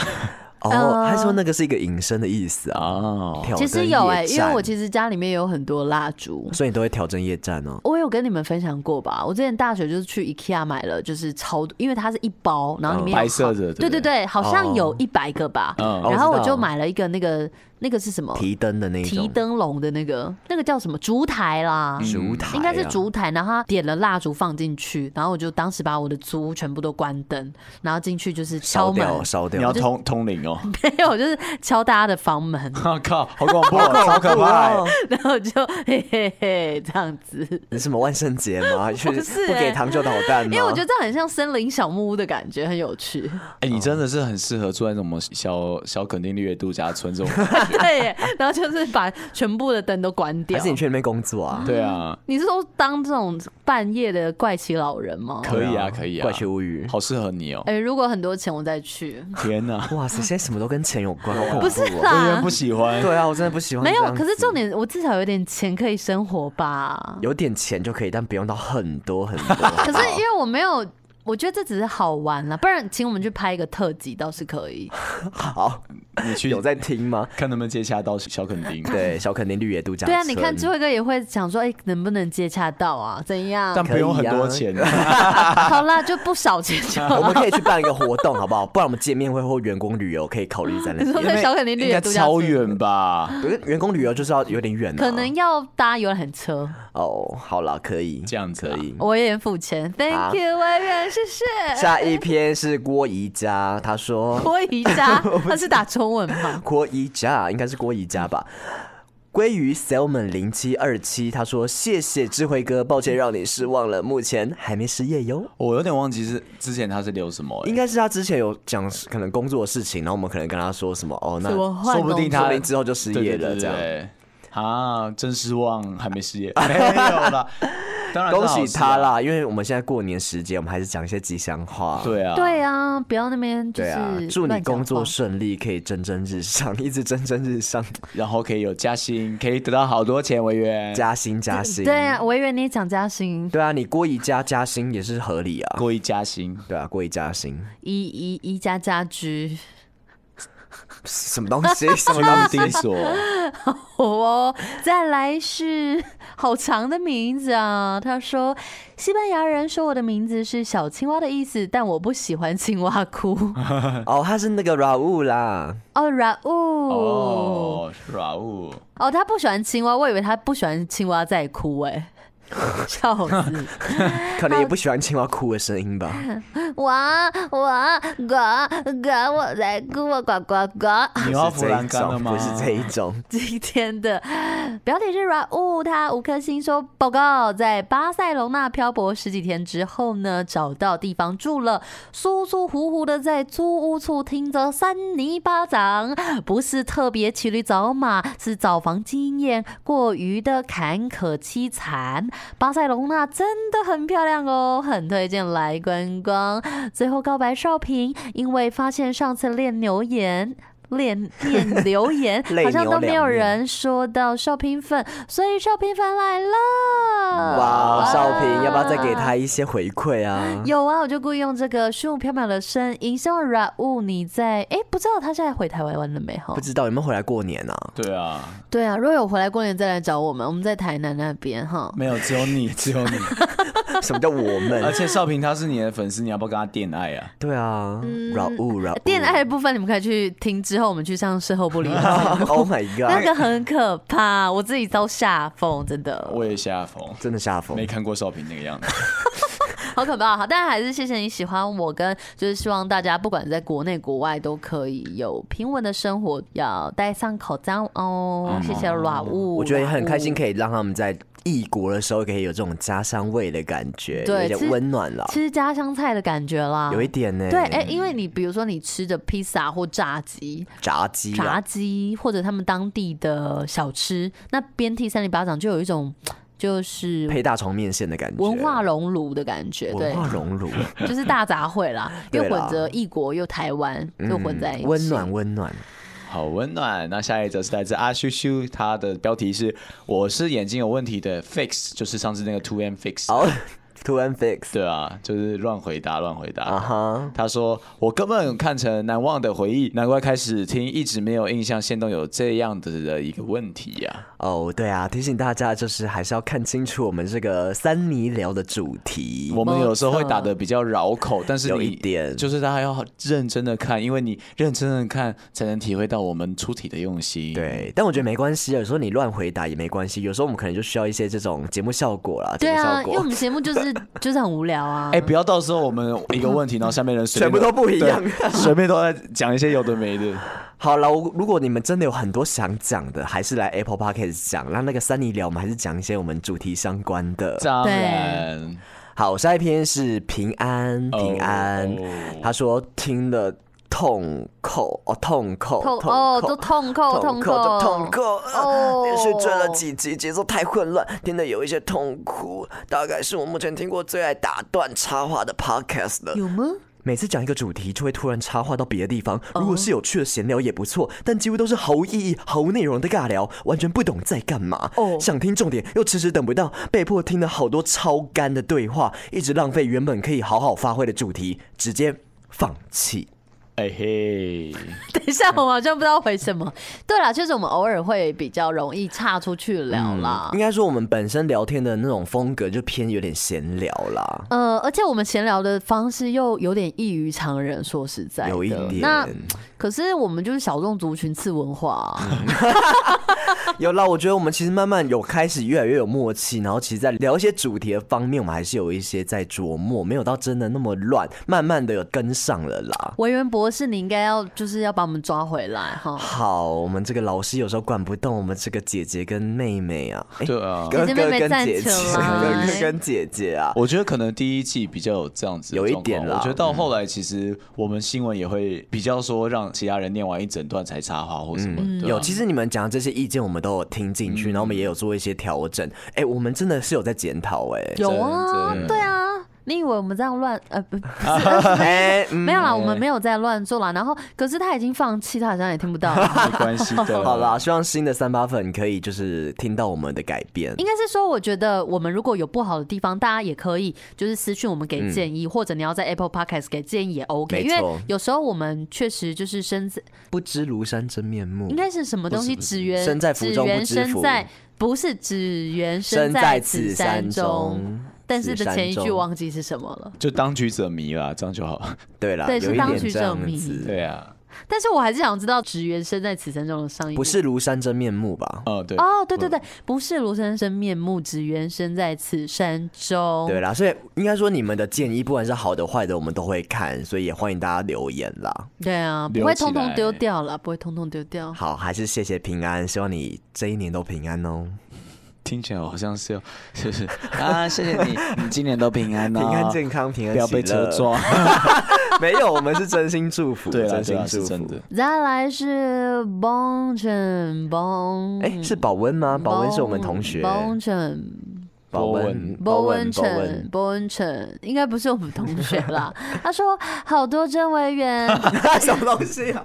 [SPEAKER 4] 哦，他说那个是一个引申的意思 啊。
[SPEAKER 5] 哦，
[SPEAKER 4] 挑
[SPEAKER 1] 呃其
[SPEAKER 4] 灯
[SPEAKER 1] 实有
[SPEAKER 4] 夜
[SPEAKER 1] 哎、因为
[SPEAKER 4] 战
[SPEAKER 1] 我其实家里面有很多蜡烛。
[SPEAKER 4] 所以你都会挑灯夜战哦。
[SPEAKER 1] 我有跟你们分享过吧？我之前大学就是去 IKEA 买了，就是超，因为它是一包，然后里面有
[SPEAKER 5] 嗯白色的对不
[SPEAKER 1] 对对
[SPEAKER 5] 对
[SPEAKER 1] 对，好像有一百个吧。
[SPEAKER 5] 嗯
[SPEAKER 1] 然后我就
[SPEAKER 4] 哦
[SPEAKER 1] 买了一个那个那个是什么
[SPEAKER 4] 提灯的那一种，
[SPEAKER 1] 提灯笼的那个，那个叫什么烛台啦，
[SPEAKER 4] 烛台、啊，
[SPEAKER 1] 应该是烛台，然后他点了蜡烛放进去，然后我就当时把我的租屋全部都关灯，然后进去就是敲
[SPEAKER 4] 烧
[SPEAKER 1] 门，
[SPEAKER 4] 掉，烧
[SPEAKER 5] 你要
[SPEAKER 4] 掉。
[SPEAKER 5] 通通灵哦！
[SPEAKER 1] 没有，我就是敲大家的房门，
[SPEAKER 5] 我 靠，好恐怖哦，超可怕 欸！
[SPEAKER 1] 然后就嘿嘿嘿这样子。
[SPEAKER 4] 你什么万圣节 吗？去
[SPEAKER 1] 是
[SPEAKER 4] 不
[SPEAKER 1] 欸
[SPEAKER 4] 给糖就捣蛋吗？
[SPEAKER 1] 因为我觉得这很像森林小木屋的感觉，很有趣。
[SPEAKER 5] 哎，你真的是很适合住在那种小小垦丁绿野度假村这种。
[SPEAKER 1] 对耶，然后就是把全部的灯都关掉
[SPEAKER 4] 还。是你去那边工作啊？
[SPEAKER 5] 对 啊，
[SPEAKER 1] 你是说当这种半夜的怪奇老人吗？
[SPEAKER 5] 可以啊，可以啊，
[SPEAKER 4] 怪奇物语。
[SPEAKER 5] 好适合你哦！
[SPEAKER 1] 哎、如果很多钱我再去，
[SPEAKER 5] 天哪，
[SPEAKER 4] 哇塞，现在什么都跟钱有关，
[SPEAKER 1] 不是
[SPEAKER 5] 我有点
[SPEAKER 1] 啦
[SPEAKER 5] 不，喜欢。
[SPEAKER 4] 对啊，我真的不喜欢这
[SPEAKER 1] 没
[SPEAKER 4] 样子。
[SPEAKER 1] 有。可是重点，我至少有点钱可以生活吧。
[SPEAKER 4] 有点钱就可以，但不用到很多很多。
[SPEAKER 1] 可是因为我没有，我觉得这只是好玩啦，不然请我们去拍一个特辑倒是可以。
[SPEAKER 4] 好，
[SPEAKER 5] 你去
[SPEAKER 4] 有在听吗？
[SPEAKER 5] 看能不能接洽到小肯丁。
[SPEAKER 4] 对，小肯定绿野度假
[SPEAKER 1] 对啊，
[SPEAKER 4] 村
[SPEAKER 1] 你看 智慧哥也会想说，哎、能不能接洽到啊？怎样？
[SPEAKER 5] 但不用很多
[SPEAKER 4] 可
[SPEAKER 5] 钱，啊
[SPEAKER 1] 好啦，就不少钱就好。
[SPEAKER 4] 我们可以去办一个活动，好不好？不然我们见面会或员工旅游可以考虑在 那
[SPEAKER 1] 你说
[SPEAKER 4] 边。
[SPEAKER 5] 啊
[SPEAKER 1] 在小肯丁绿
[SPEAKER 5] 应该
[SPEAKER 1] 野度假
[SPEAKER 5] 超
[SPEAKER 1] 村，
[SPEAKER 5] 远吧？
[SPEAKER 4] 可是员工旅游就是要有点远、啊，
[SPEAKER 1] 可能要搭游览车。
[SPEAKER 4] 哦。好了，可以
[SPEAKER 5] 这样子啊
[SPEAKER 4] 可以。
[SPEAKER 1] 我也付钱
[SPEAKER 4] 好
[SPEAKER 1] ，Thank you，外面谢谢。
[SPEAKER 4] 下一篇是郭宜家，他说
[SPEAKER 1] 郭宜 家，他是打中文吗？
[SPEAKER 4] 郭宜家应该是郭宜家吧。鲑鱼 Salmon 零七二七，他说：“谢谢智慧哥，抱歉让你失望了，目前还没失业哟。
[SPEAKER 5] 我有点忘记是之前他是留什么、欸，
[SPEAKER 4] 应该是他之前有讲可能工作的事情，然后我们可能跟他说什么哦，那
[SPEAKER 1] 怎么换
[SPEAKER 5] 说不定
[SPEAKER 1] 工作
[SPEAKER 5] 他
[SPEAKER 4] 说不定之后就失
[SPEAKER 5] 对
[SPEAKER 4] 业了
[SPEAKER 5] 对对
[SPEAKER 4] 这样
[SPEAKER 5] 对啊，真失望，还没失 业，没有啦。当然是
[SPEAKER 4] 恭
[SPEAKER 5] 好事啊
[SPEAKER 4] 喜他。啦，因为我们现在过年时间，我们还是讲一些吉祥话。
[SPEAKER 5] 对啊，
[SPEAKER 1] 对啊，不要那边就
[SPEAKER 4] 对
[SPEAKER 1] 是
[SPEAKER 4] 啊，祝你
[SPEAKER 1] 乱讲
[SPEAKER 4] 工作
[SPEAKER 1] 话
[SPEAKER 4] 顺利，可以蒸蒸日上， 一直蒸蒸 日上，
[SPEAKER 5] 然后可以有加薪，可以得到好多钱，委员。
[SPEAKER 4] 加薪加薪。
[SPEAKER 1] 对啊，我以为你讲嘉兴
[SPEAKER 4] 对啊，你郭姨加加薪也是合理啊。
[SPEAKER 5] 过一加薪，
[SPEAKER 4] 对啊，郭姨加薪，
[SPEAKER 1] 宜宜宜家家居，
[SPEAKER 4] 什么东西？
[SPEAKER 5] 去
[SPEAKER 4] 什么东
[SPEAKER 5] 目
[SPEAKER 4] 西？
[SPEAKER 5] 的 所，
[SPEAKER 1] 哦，再来是好长的名字啊。他说，西班牙人说我的名字是小青蛙的意思，但我不喜欢青蛙哭。
[SPEAKER 4] 哦，他是那个啊 Raul 啦，
[SPEAKER 1] 哦，Raul，哦
[SPEAKER 5] 哦，软物，
[SPEAKER 1] 他不喜欢青蛙，我以为他不喜欢青蛙在哭、哎，, 笑死！
[SPEAKER 4] 可能也不喜欢青蛙哭的 声音吧。
[SPEAKER 1] 我我呱呱，我在哭，我呱呱呱。
[SPEAKER 5] 你
[SPEAKER 4] 不
[SPEAKER 5] 要
[SPEAKER 4] 是
[SPEAKER 5] 扶
[SPEAKER 4] 这
[SPEAKER 5] 栏
[SPEAKER 4] 一
[SPEAKER 5] 杆了
[SPEAKER 4] 种，
[SPEAKER 5] 吗？
[SPEAKER 4] 不是这一种。
[SPEAKER 1] 今天的 标题是 Raul，他五颗星说报告，在巴塞隆纳漂泊十几天之后呢，找到地方住了，舒舒服服的在租屋处听着三尼巴掌，不是特别骑驴找马，是找房经验过于的坎坷凄惨。巴塞隆纳真的很漂亮哦，很推荐来观光。最后告白少平，因为发现上次练牛眼。练练留言
[SPEAKER 4] 泪
[SPEAKER 1] 好像
[SPEAKER 4] 牛
[SPEAKER 1] 都没有
[SPEAKER 4] 两面
[SPEAKER 1] 人说到少平粉，所以少平粉来了。
[SPEAKER 4] 哇，少平，
[SPEAKER 1] 哇
[SPEAKER 4] 要不要再给他一些回馈 啊？
[SPEAKER 1] 有啊，我就故意用这个虚无缥缈的声音，希望 Raul 你在哎，不知道他现在回台湾了没哈
[SPEAKER 4] 不？知道有没有回来过年啊？
[SPEAKER 5] 对啊，
[SPEAKER 1] 对啊，如果有回来过年再来找我们，我们在台南那边哈。
[SPEAKER 5] 没有，只有 你，只有你。
[SPEAKER 4] 什么叫我
[SPEAKER 5] 而
[SPEAKER 4] 们？
[SPEAKER 5] 且少平他是你的粉丝，你要不要跟他恋爱啊？
[SPEAKER 4] 对啊，Raul Raul，
[SPEAKER 1] 恋嗯爱的部分你们可以去听，之后我们去上事后不理
[SPEAKER 4] ，Oh my
[SPEAKER 1] 那
[SPEAKER 4] god，
[SPEAKER 1] 个很可怕，我自己都吓疯，真的
[SPEAKER 5] 我也下风，
[SPEAKER 4] 真的下风
[SPEAKER 5] 没。看过少平那个样子。
[SPEAKER 1] 好可怕。好，但还是谢谢你喜欢我，跟就是希望大家不管在国内国外都可以有平稳的生活，要戴上口罩哦。谢谢软物，
[SPEAKER 4] 嗯我觉得也很开心，
[SPEAKER 1] 以。
[SPEAKER 4] 可以让他们在异国的时候可以有这种家乡味的感觉，
[SPEAKER 1] 对其
[SPEAKER 4] 有点
[SPEAKER 1] 实
[SPEAKER 4] 温暖啦，
[SPEAKER 1] 吃家乡菜的感觉啦，
[SPEAKER 4] 有一点呢。
[SPEAKER 1] 对，哎、因为你比如说你吃的披萨或炸鸡、
[SPEAKER 4] 炸鸡
[SPEAKER 1] 炸
[SPEAKER 4] 啊，
[SPEAKER 1] 鸡或者他们当地的小吃，那边替三里巴掌就有一种就是
[SPEAKER 4] 配大肠面线的感觉，
[SPEAKER 1] 文化熔炉的感觉，对
[SPEAKER 4] 文，化熔炉，
[SPEAKER 1] 就是大杂烩啦，又
[SPEAKER 4] 对啦嗯
[SPEAKER 1] 混着异国又台湾，又混在一起，
[SPEAKER 4] 温暖温暖。
[SPEAKER 5] 好温暖。那下一则是来自阿修修，他的标题是“我是眼睛有问题的 fix”，就是上次那个 two m fix。
[SPEAKER 4] 好，哦 突然 fix
[SPEAKER 5] 对啊，就是乱回答，乱回答。
[SPEAKER 4] 啊哈，
[SPEAKER 5] 他说：“我根本看成难忘的回忆，难怪开始听一直没有印象，现动有这样子的一个问题呀、
[SPEAKER 4] 哦，对啊，提醒大家就是还是要看清楚我们这个三尼聊的主题。
[SPEAKER 5] 我们有时候会打的比较绕口，但是你
[SPEAKER 4] 有一点
[SPEAKER 5] 就是大家要认真的看，因为你认真的看，才能体会到我们出题的用心。，
[SPEAKER 4] 对，但我觉得没关系，有时候你乱回答也没关系，有时候我们可能就需要一些这种节目效果啦，节
[SPEAKER 1] 对
[SPEAKER 4] 目
[SPEAKER 1] 啊，
[SPEAKER 4] 效
[SPEAKER 1] 因为我
[SPEAKER 4] 果
[SPEAKER 1] 们节目就是 就是很无聊啊。
[SPEAKER 5] 哎、不要到时候我们一个问题，然后下面人随便
[SPEAKER 4] 全部都不一样
[SPEAKER 5] 对随便都在讲一些有的没的。
[SPEAKER 4] 好了，我如果你们真的有很多想讲的，还是来 Apple Podcast 讲。那那个三尼聊，我们还是讲一些我们主题相关的。
[SPEAKER 5] 当然，
[SPEAKER 4] 好，下一篇是平安，
[SPEAKER 5] 哦
[SPEAKER 4] 平安。
[SPEAKER 5] 哦
[SPEAKER 4] 他说听了痛扣哦，痛扣，
[SPEAKER 1] 痛
[SPEAKER 4] 扣
[SPEAKER 1] 哦都痛扣
[SPEAKER 4] 痛
[SPEAKER 1] 痛扣
[SPEAKER 4] 就痛扣。哦
[SPEAKER 1] 哦，
[SPEAKER 4] 连续追了几集，节奏太混乱，听得有一些痛苦。大概是我目前听过最爱打断插话的 podcast 了。
[SPEAKER 1] 有吗？
[SPEAKER 4] 每次讲一个主题，就会突然插话到别的地方。如果是有趣的闲聊也不错，但几乎都是毫无意义、毫无内容的尬聊，完全不懂在干嘛。
[SPEAKER 1] 哦
[SPEAKER 4] 想听重点又迟迟等不到，被迫听了好多超干的对话，一直浪费原本可以好好发挥的主题，直接放弃。
[SPEAKER 5] 哎嘿，
[SPEAKER 1] 等一下，我们好像不知道回什么。对啦，确实我们偶尔会比较容易岔出去聊啦。
[SPEAKER 4] 应该说我们本身聊天的那种风格就偏有点闲聊啦，
[SPEAKER 1] 呃，而且我们闲聊的方式又有点异于常人，说实在的，
[SPEAKER 4] 有一点
[SPEAKER 1] 那可是我们就是小众族群次文化、 啊，
[SPEAKER 4] 嗯有啦，我觉得我们其实慢慢有开始越来越有默契，然后其实，在聊一些主题的方面，我们还是有一些在琢磨，没有到真的那么乱，慢慢的有跟上了啦。
[SPEAKER 1] 文员博士，你应该要就是要把我们抓回来哈。
[SPEAKER 4] 好，我们这个老师有时候管不动我们这个姐姐跟妹妹啊，诶
[SPEAKER 5] 对啊，
[SPEAKER 4] 哥
[SPEAKER 1] 姐姐
[SPEAKER 4] 哥
[SPEAKER 1] 妹妹
[SPEAKER 4] 跟
[SPEAKER 1] 站
[SPEAKER 4] 姐姐，
[SPEAKER 1] 起
[SPEAKER 4] 哥
[SPEAKER 1] 来
[SPEAKER 4] 哥跟姐姐啊，
[SPEAKER 5] 我觉得可能第一季比较有这样子的
[SPEAKER 4] 有一
[SPEAKER 5] 状况
[SPEAKER 4] 点啦
[SPEAKER 5] 我觉得到后来其实我们新闻也会比较说让其他人念完一整段才插话或什么。对啊
[SPEAKER 4] 有，其实你们讲的这些意见，我们都有听进去，然后我们也有做一些调整。哎、我们真的是有在检讨哎，
[SPEAKER 1] 有啊
[SPEAKER 5] 真，的
[SPEAKER 1] 对啊，你以为我们这样乱？呃，不，不是
[SPEAKER 4] 哎、嗯
[SPEAKER 1] 没有啦，我们没有在乱做啦。然后，可是他已经放弃，他好像也听不到 啦。
[SPEAKER 5] 没关系啊的。
[SPEAKER 4] 好啦，希望新的三八粉可以就是听到我们的改变。
[SPEAKER 1] 应该是说，我觉得我们如果有不好的地方，大家也可以就是私讯我们给建议，或者你要在 Apple Podcast 给建议也 OK。
[SPEAKER 4] 嗯没
[SPEAKER 1] 因
[SPEAKER 4] 错
[SPEAKER 1] 为有时候我们确实就是身在，
[SPEAKER 4] 不知庐山真面目，
[SPEAKER 1] 应该是什么东西，只缘
[SPEAKER 4] 身在福中不知
[SPEAKER 1] 只缘身
[SPEAKER 4] 福
[SPEAKER 1] 在不是只缘
[SPEAKER 4] 身
[SPEAKER 1] 在
[SPEAKER 4] 在
[SPEAKER 1] 此
[SPEAKER 4] 此
[SPEAKER 1] 山
[SPEAKER 4] 山中。
[SPEAKER 1] 但是的
[SPEAKER 4] 此山
[SPEAKER 1] 前一句
[SPEAKER 4] 中
[SPEAKER 1] 忘记是什么了，
[SPEAKER 5] 就当局者迷啦，这样就好。
[SPEAKER 4] 对啦，
[SPEAKER 1] 对
[SPEAKER 4] 有
[SPEAKER 1] 是
[SPEAKER 4] 一
[SPEAKER 1] 当
[SPEAKER 4] 点
[SPEAKER 1] 局
[SPEAKER 4] 这
[SPEAKER 1] 者
[SPEAKER 4] 样
[SPEAKER 1] 迷
[SPEAKER 4] 子，
[SPEAKER 5] 对 啊，
[SPEAKER 1] 但是我还是想知道“只缘身在此山中”的上一
[SPEAKER 4] 不
[SPEAKER 1] 部
[SPEAKER 4] 是庐山真面目吧？
[SPEAKER 5] 哦对，
[SPEAKER 1] 哦，对对对，不是庐山真面目，只缘身在此山中。
[SPEAKER 4] 对啦，所以应该说你们的建议，不管是好的坏的，我们都会看，所以也欢迎大家留言啦。
[SPEAKER 1] 对啊，不
[SPEAKER 5] 留
[SPEAKER 1] 会
[SPEAKER 5] 起
[SPEAKER 1] 通通
[SPEAKER 5] 来
[SPEAKER 1] 丢掉了，不会通通丢掉。
[SPEAKER 4] 好，还是谢谢平安，希望你这一年都平安哦。
[SPEAKER 5] 听起来好像是要，是是啊，谢谢你，你今年都平安哦，
[SPEAKER 4] 平安健康平安
[SPEAKER 5] 不要被
[SPEAKER 4] 喜
[SPEAKER 5] 车
[SPEAKER 4] 乐
[SPEAKER 5] 撞。
[SPEAKER 4] 没有，我们是真心祝 福，
[SPEAKER 5] 对啦，对
[SPEAKER 4] 真心
[SPEAKER 5] 啦，是
[SPEAKER 4] 祝
[SPEAKER 5] 真
[SPEAKER 4] 福
[SPEAKER 5] 的。。
[SPEAKER 1] 再来是 Bonchen Bon，
[SPEAKER 4] 哎，是保温吗？保温是我们同学，
[SPEAKER 1] Bonchen
[SPEAKER 4] 保温，
[SPEAKER 1] 波
[SPEAKER 4] 保
[SPEAKER 1] 温
[SPEAKER 4] 温，保
[SPEAKER 1] 城
[SPEAKER 4] 温，，
[SPEAKER 1] 波温城应该不是我们同学啦。他说好多郑维元，
[SPEAKER 4] 什么东西啊？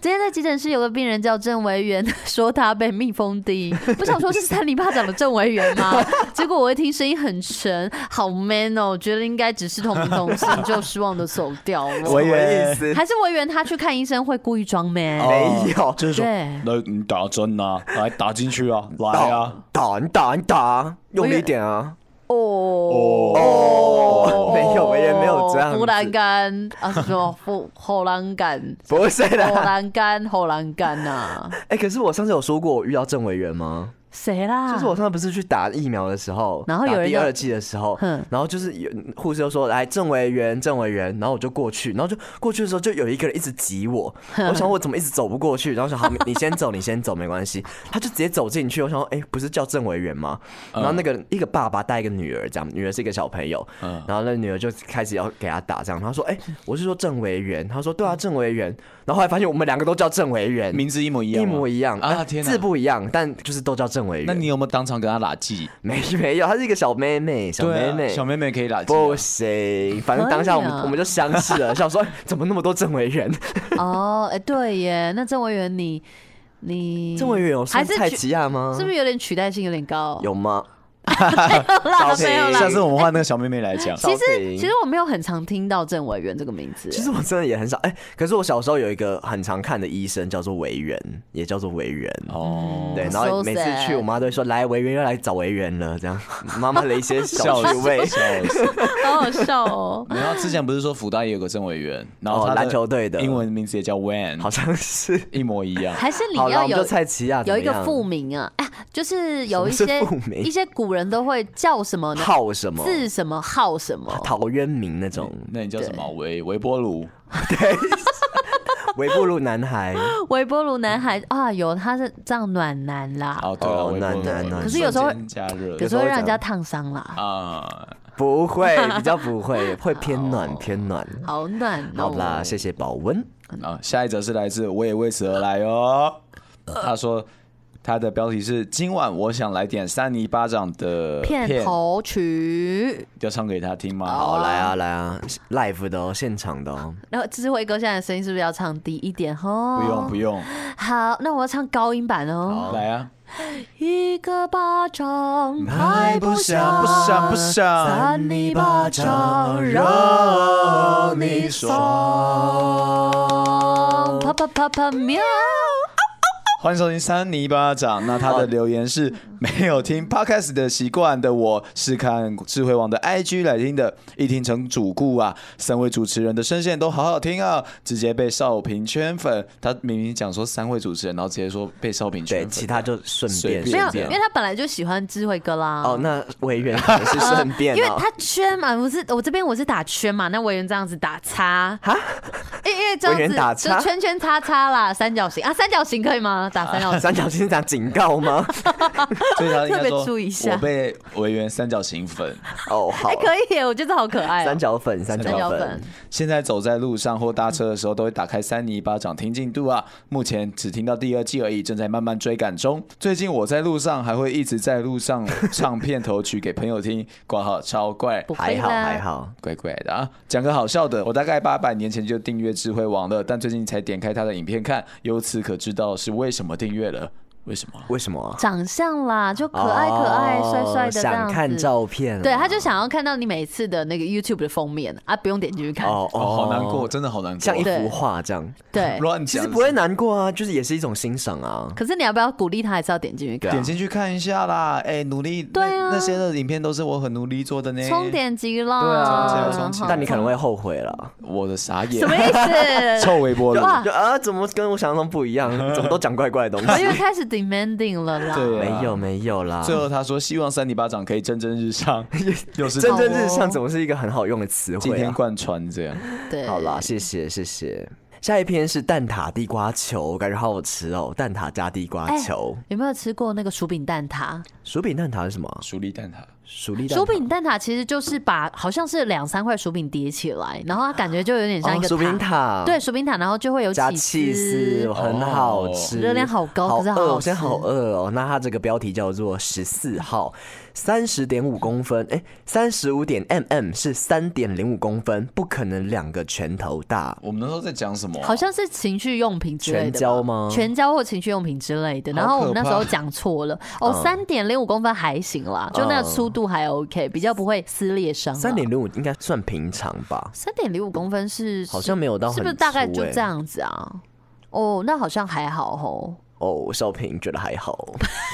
[SPEAKER 1] 今天在急诊室有个病人叫郑维元，说他被蜜蜂叮， 不想说是三里巴掌的郑维元 吗？结果我一听声音很沉，好 man 哦，觉得应该只是同名同姓，就失望的走掉
[SPEAKER 4] 什
[SPEAKER 1] 了。
[SPEAKER 4] 么意思？
[SPEAKER 1] 还是维元他去看医生会故意装 man，、
[SPEAKER 4] 没有，
[SPEAKER 5] 就是说
[SPEAKER 1] 对，
[SPEAKER 5] 那你打针啊，来打进去啊，来啊，
[SPEAKER 4] 打你打你打，用力一点啊！
[SPEAKER 1] 哦
[SPEAKER 4] 哦没有我也没有这样子
[SPEAKER 1] 荷兰干啊，什么荷荷兰 干，
[SPEAKER 4] 不是
[SPEAKER 1] 荷
[SPEAKER 4] 啦，
[SPEAKER 1] 兰干，荷兰干呐，
[SPEAKER 4] 哎，可是我上次有说过我遇到郑委员吗？
[SPEAKER 1] 啊谁啦？
[SPEAKER 4] 就是我上次不是去打疫苗的时候，
[SPEAKER 1] 嗯然后有
[SPEAKER 4] 打
[SPEAKER 1] 人
[SPEAKER 4] 第
[SPEAKER 1] 就
[SPEAKER 4] 二剂的时候
[SPEAKER 1] 哼，
[SPEAKER 4] 然后就是有护士就说来郑委员郑委员，然后我就过去，然后就过去的时候就有一个人一直挤我，我想我怎么一直走不过去，然后想好你先走你先走没关系，他就直接走进去，我想说哎、不是叫郑委员吗？
[SPEAKER 5] 嗯
[SPEAKER 4] 然后那个一个爸爸带一个女儿这样，女儿是一个小朋友，
[SPEAKER 5] 嗯
[SPEAKER 4] 然后那女儿就开始要给他打这样，他说哎、我是说郑委员，他说对啊郑委员，然后后来发现我们两个都叫郑委员，
[SPEAKER 5] 名字一模一样
[SPEAKER 4] 一
[SPEAKER 5] 吗，
[SPEAKER 4] 模一样
[SPEAKER 5] 啊！
[SPEAKER 4] 呃
[SPEAKER 5] 天哪
[SPEAKER 4] 字，不一样，但就是都叫郑委员。
[SPEAKER 5] 那你有没有当场跟他拉鸡？
[SPEAKER 4] 没没有，她是一个小妹妹，小
[SPEAKER 5] 对
[SPEAKER 4] 妹
[SPEAKER 5] 啊
[SPEAKER 4] 妹，
[SPEAKER 5] 小妹妹可以拉鸡啊。
[SPEAKER 4] 不行，反正当下我们、
[SPEAKER 1] 可以啊
[SPEAKER 4] 我们就相 视了，想说哎怎么那么多政委员？
[SPEAKER 1] 哦，哎，对耶，那郑维元你你
[SPEAKER 4] 政委员有
[SPEAKER 1] 还
[SPEAKER 4] 算
[SPEAKER 1] 是
[SPEAKER 4] 蔡
[SPEAKER 1] 取
[SPEAKER 4] 奇亚吗？
[SPEAKER 1] 是不是有点取代性有点高？
[SPEAKER 4] 有吗？
[SPEAKER 1] 啦，
[SPEAKER 4] 少
[SPEAKER 1] 没有啦
[SPEAKER 5] 下。次我们换那个小妹妹来讲。
[SPEAKER 1] 其
[SPEAKER 4] 少平
[SPEAKER 1] 实其实我没有很常听到郑委员这个名字，
[SPEAKER 4] 其实我真的也很少哎、可是我小时候有一个很常看的医生叫做维园，也叫做维园。
[SPEAKER 5] 哦，
[SPEAKER 4] 对，
[SPEAKER 1] 嗯
[SPEAKER 4] 然后
[SPEAKER 1] so
[SPEAKER 4] 每次
[SPEAKER 1] sad
[SPEAKER 4] 去，我妈都会说来维园要来找维园 了，这样妈妈的一些小趣味。
[SPEAKER 1] 好好笑哦。
[SPEAKER 5] 然后之前不是说福大也有个郑委员，然后
[SPEAKER 4] 哦
[SPEAKER 5] 他
[SPEAKER 4] 篮球队的
[SPEAKER 5] 英文名字也叫 Wan，
[SPEAKER 4] 好像是。
[SPEAKER 5] 一模一样。
[SPEAKER 1] 还是你
[SPEAKER 4] 好了，
[SPEAKER 1] 要
[SPEAKER 4] 我们就
[SPEAKER 1] 有
[SPEAKER 4] 蔡奇亚
[SPEAKER 1] 有一个
[SPEAKER 4] 父
[SPEAKER 1] 复名啊，哎，就是有一些
[SPEAKER 4] 什么是复名
[SPEAKER 1] 一些古人都会叫什么呢？
[SPEAKER 4] 号什么
[SPEAKER 1] 字什么号什么，
[SPEAKER 4] 陶渊明 那种
[SPEAKER 5] 那你叫什么？微微波炉。
[SPEAKER 4] 微波炉男孩。
[SPEAKER 1] 微波炉男孩啊，有他是这样暖男啦，
[SPEAKER 5] 哦，对了，
[SPEAKER 4] 哦
[SPEAKER 5] 微波
[SPEAKER 4] 暖
[SPEAKER 5] 炉
[SPEAKER 4] 暖暖
[SPEAKER 1] 可是有时候
[SPEAKER 5] 瞬间加热
[SPEAKER 1] 有时候会让人家烫伤啦，
[SPEAKER 5] 啊，
[SPEAKER 4] 不会，比较不会，会偏暖偏暖。
[SPEAKER 1] 好暖哦。
[SPEAKER 4] 好啦，谢谢保温。
[SPEAKER 5] 啊，下一则是来自我也为此而来哦。他说它的标题是“今晚我想来点三尼巴掌的
[SPEAKER 1] 片头哦曲，
[SPEAKER 5] 要唱给他听吗？
[SPEAKER 4] 好，来啊来啊，live 的哦，现场的哦。
[SPEAKER 1] 然后智慧哥现在的声音是不是要唱低一点？哦，
[SPEAKER 5] 不用不
[SPEAKER 1] 用。
[SPEAKER 5] 用，
[SPEAKER 1] 好，那我要唱高音版哦。
[SPEAKER 5] 来啊！
[SPEAKER 1] 一个巴掌拍不响，
[SPEAKER 5] 不想不想，
[SPEAKER 1] 扇你巴掌让你爽，啪啪啪啪喵。
[SPEAKER 5] 欢迎收听三尼巴掌。那他的留言 是没有听 podcast 的习惯的我，是看智慧网的 IG 来听的，一听成主顾啊。三位主持人的声线都好好听啊，直接被少平圈粉。他明明讲说三位主持人，然后直接说被少平圈
[SPEAKER 4] 对，
[SPEAKER 5] 粉。
[SPEAKER 4] 其他就顺
[SPEAKER 5] 随
[SPEAKER 4] 便
[SPEAKER 5] 便
[SPEAKER 1] 没有，
[SPEAKER 5] 这
[SPEAKER 1] 因
[SPEAKER 5] 样
[SPEAKER 1] 为他本来就喜欢智慧哥啦。
[SPEAKER 4] 哦，那委员可 能是顺
[SPEAKER 1] 嗯
[SPEAKER 4] 便
[SPEAKER 1] 因为
[SPEAKER 4] 哦。
[SPEAKER 1] 他圈嘛，我是我这边我是打圈嘛，那委员这样子打叉，哈，因为因为这
[SPEAKER 4] 委
[SPEAKER 1] 样
[SPEAKER 4] 员
[SPEAKER 1] 子
[SPEAKER 4] 打叉
[SPEAKER 1] 就圈圈叉叉啦，三角形啊，三角形可以吗？打三角形，
[SPEAKER 4] 三角形是讲警 告吗？
[SPEAKER 5] 所以他应该
[SPEAKER 1] 特别
[SPEAKER 5] 说
[SPEAKER 1] 注意一下
[SPEAKER 5] 我被委员三角形粉。
[SPEAKER 4] 哦，好
[SPEAKER 1] 哎，，可以耶，我觉得好可爱哦。
[SPEAKER 4] 三角粉，三
[SPEAKER 1] 三
[SPEAKER 4] 角
[SPEAKER 1] 角
[SPEAKER 4] 粉
[SPEAKER 1] 粉，
[SPEAKER 5] 现在走在路上或搭车的时候，都会打开三尼巴掌听进度啊。目前只听到第二季而已，正在慢慢追赶中。最近我在路上还会一直在路上唱片头曲给朋友听，挂号超怪。
[SPEAKER 1] 不会
[SPEAKER 4] 还好
[SPEAKER 1] 啦
[SPEAKER 4] 还。好。
[SPEAKER 5] 怪怪的啊！讲个好笑的，我大概八百年前就订阅智慧网了，但最近才点开他的影片看，由此可知道是为什么订阅了。为什么？
[SPEAKER 4] 为什么啊？
[SPEAKER 1] 长相啦，就可爱可爱、
[SPEAKER 4] 哦
[SPEAKER 1] 帅帅的这样
[SPEAKER 4] 想
[SPEAKER 1] 子。
[SPEAKER 4] 看照片啊。
[SPEAKER 1] 对，他就想要看到你每次的那个 YouTube 的封面啊，不用点进去看。
[SPEAKER 4] 哦
[SPEAKER 5] 哦，好难过，，真的好难过。
[SPEAKER 4] 像一幅
[SPEAKER 1] 对
[SPEAKER 4] 画这样。
[SPEAKER 1] 对，
[SPEAKER 5] 乱
[SPEAKER 4] 其
[SPEAKER 5] 讲，
[SPEAKER 4] 实不会难过啊，就是也是一种欣赏啊。
[SPEAKER 1] 可是你要不要鼓励他，还是要点进去看？
[SPEAKER 5] 点进去看一下啦。哎、努力，
[SPEAKER 1] 对啊
[SPEAKER 5] 那那些的影片都是我很努力做的呢。
[SPEAKER 1] 充点击啦，
[SPEAKER 5] 对啊充起来充
[SPEAKER 1] 嗯
[SPEAKER 5] 起来
[SPEAKER 4] 但你可能会后悔了，
[SPEAKER 5] 我的傻眼，
[SPEAKER 1] 什么意 思？
[SPEAKER 5] 臭微波炉。
[SPEAKER 1] 哇
[SPEAKER 4] 就啊，怎么跟我想象中不一 样？怎么都讲怪怪的东
[SPEAKER 1] 我
[SPEAKER 4] 西？
[SPEAKER 1] 又开始 demanding 了啦。
[SPEAKER 5] 对啊
[SPEAKER 4] 没有没有啦，
[SPEAKER 5] 最后他说希望三里巴掌可以蒸蒸日 上，又是
[SPEAKER 4] 蒸
[SPEAKER 1] 真
[SPEAKER 4] 蒸
[SPEAKER 1] 正
[SPEAKER 4] 日上怎么是一个很好用的词
[SPEAKER 5] 今
[SPEAKER 4] 汇
[SPEAKER 5] 天
[SPEAKER 4] 啊？
[SPEAKER 5] 贯穿这样。
[SPEAKER 1] 对，
[SPEAKER 4] 好啦，谢谢谢谢。下一篇是蛋挞地瓜球，感觉好好吃哦！蛋挞加地瓜球，
[SPEAKER 1] 哎有没有吃过那个薯饼蛋挞？
[SPEAKER 4] 薯饼蛋挞是什么啊？
[SPEAKER 5] 熟力蛋挞，
[SPEAKER 4] 薯粒蛋挞
[SPEAKER 1] 薯饼蛋挞其实就是把好像是两三块薯饼叠起来，然后它感觉就有点像一
[SPEAKER 4] 哦
[SPEAKER 1] 个
[SPEAKER 4] 薯饼
[SPEAKER 1] 塔，
[SPEAKER 4] 塔，
[SPEAKER 1] 对，，薯饼塔，然后就会有
[SPEAKER 4] 加
[SPEAKER 1] 起哦
[SPEAKER 4] 气丝，很好吃，
[SPEAKER 1] 热量好高
[SPEAKER 4] 好
[SPEAKER 1] 可是好
[SPEAKER 4] 饿，
[SPEAKER 1] 好
[SPEAKER 4] 我现在
[SPEAKER 1] 吃
[SPEAKER 4] 好饿哦。那它这个标题叫做十四号，三十点五公分，哎，三十五点 mm 是三点零五公分，不可能两个拳头大。
[SPEAKER 5] 我们那时候在讲什么啊？
[SPEAKER 1] 好像是情趣用品之类的吧
[SPEAKER 4] 哦全胶吗
[SPEAKER 1] 全胶或情趣用品之类的。
[SPEAKER 5] 好可怕
[SPEAKER 1] 然后我们那时候讲错了，哦，
[SPEAKER 4] 嗯
[SPEAKER 1] 三点零五公分还行啦，就那个粗度还 OK，比较不会撕裂伤啦。
[SPEAKER 4] 三点零五应该算平常吧？
[SPEAKER 1] 三点零五公分是
[SPEAKER 4] 好像没有到很
[SPEAKER 1] 是不是大概
[SPEAKER 4] 粗
[SPEAKER 1] 就
[SPEAKER 4] 欸
[SPEAKER 1] 这样子啊？哦，那好像还好吼。
[SPEAKER 4] 哦，少平觉得还好，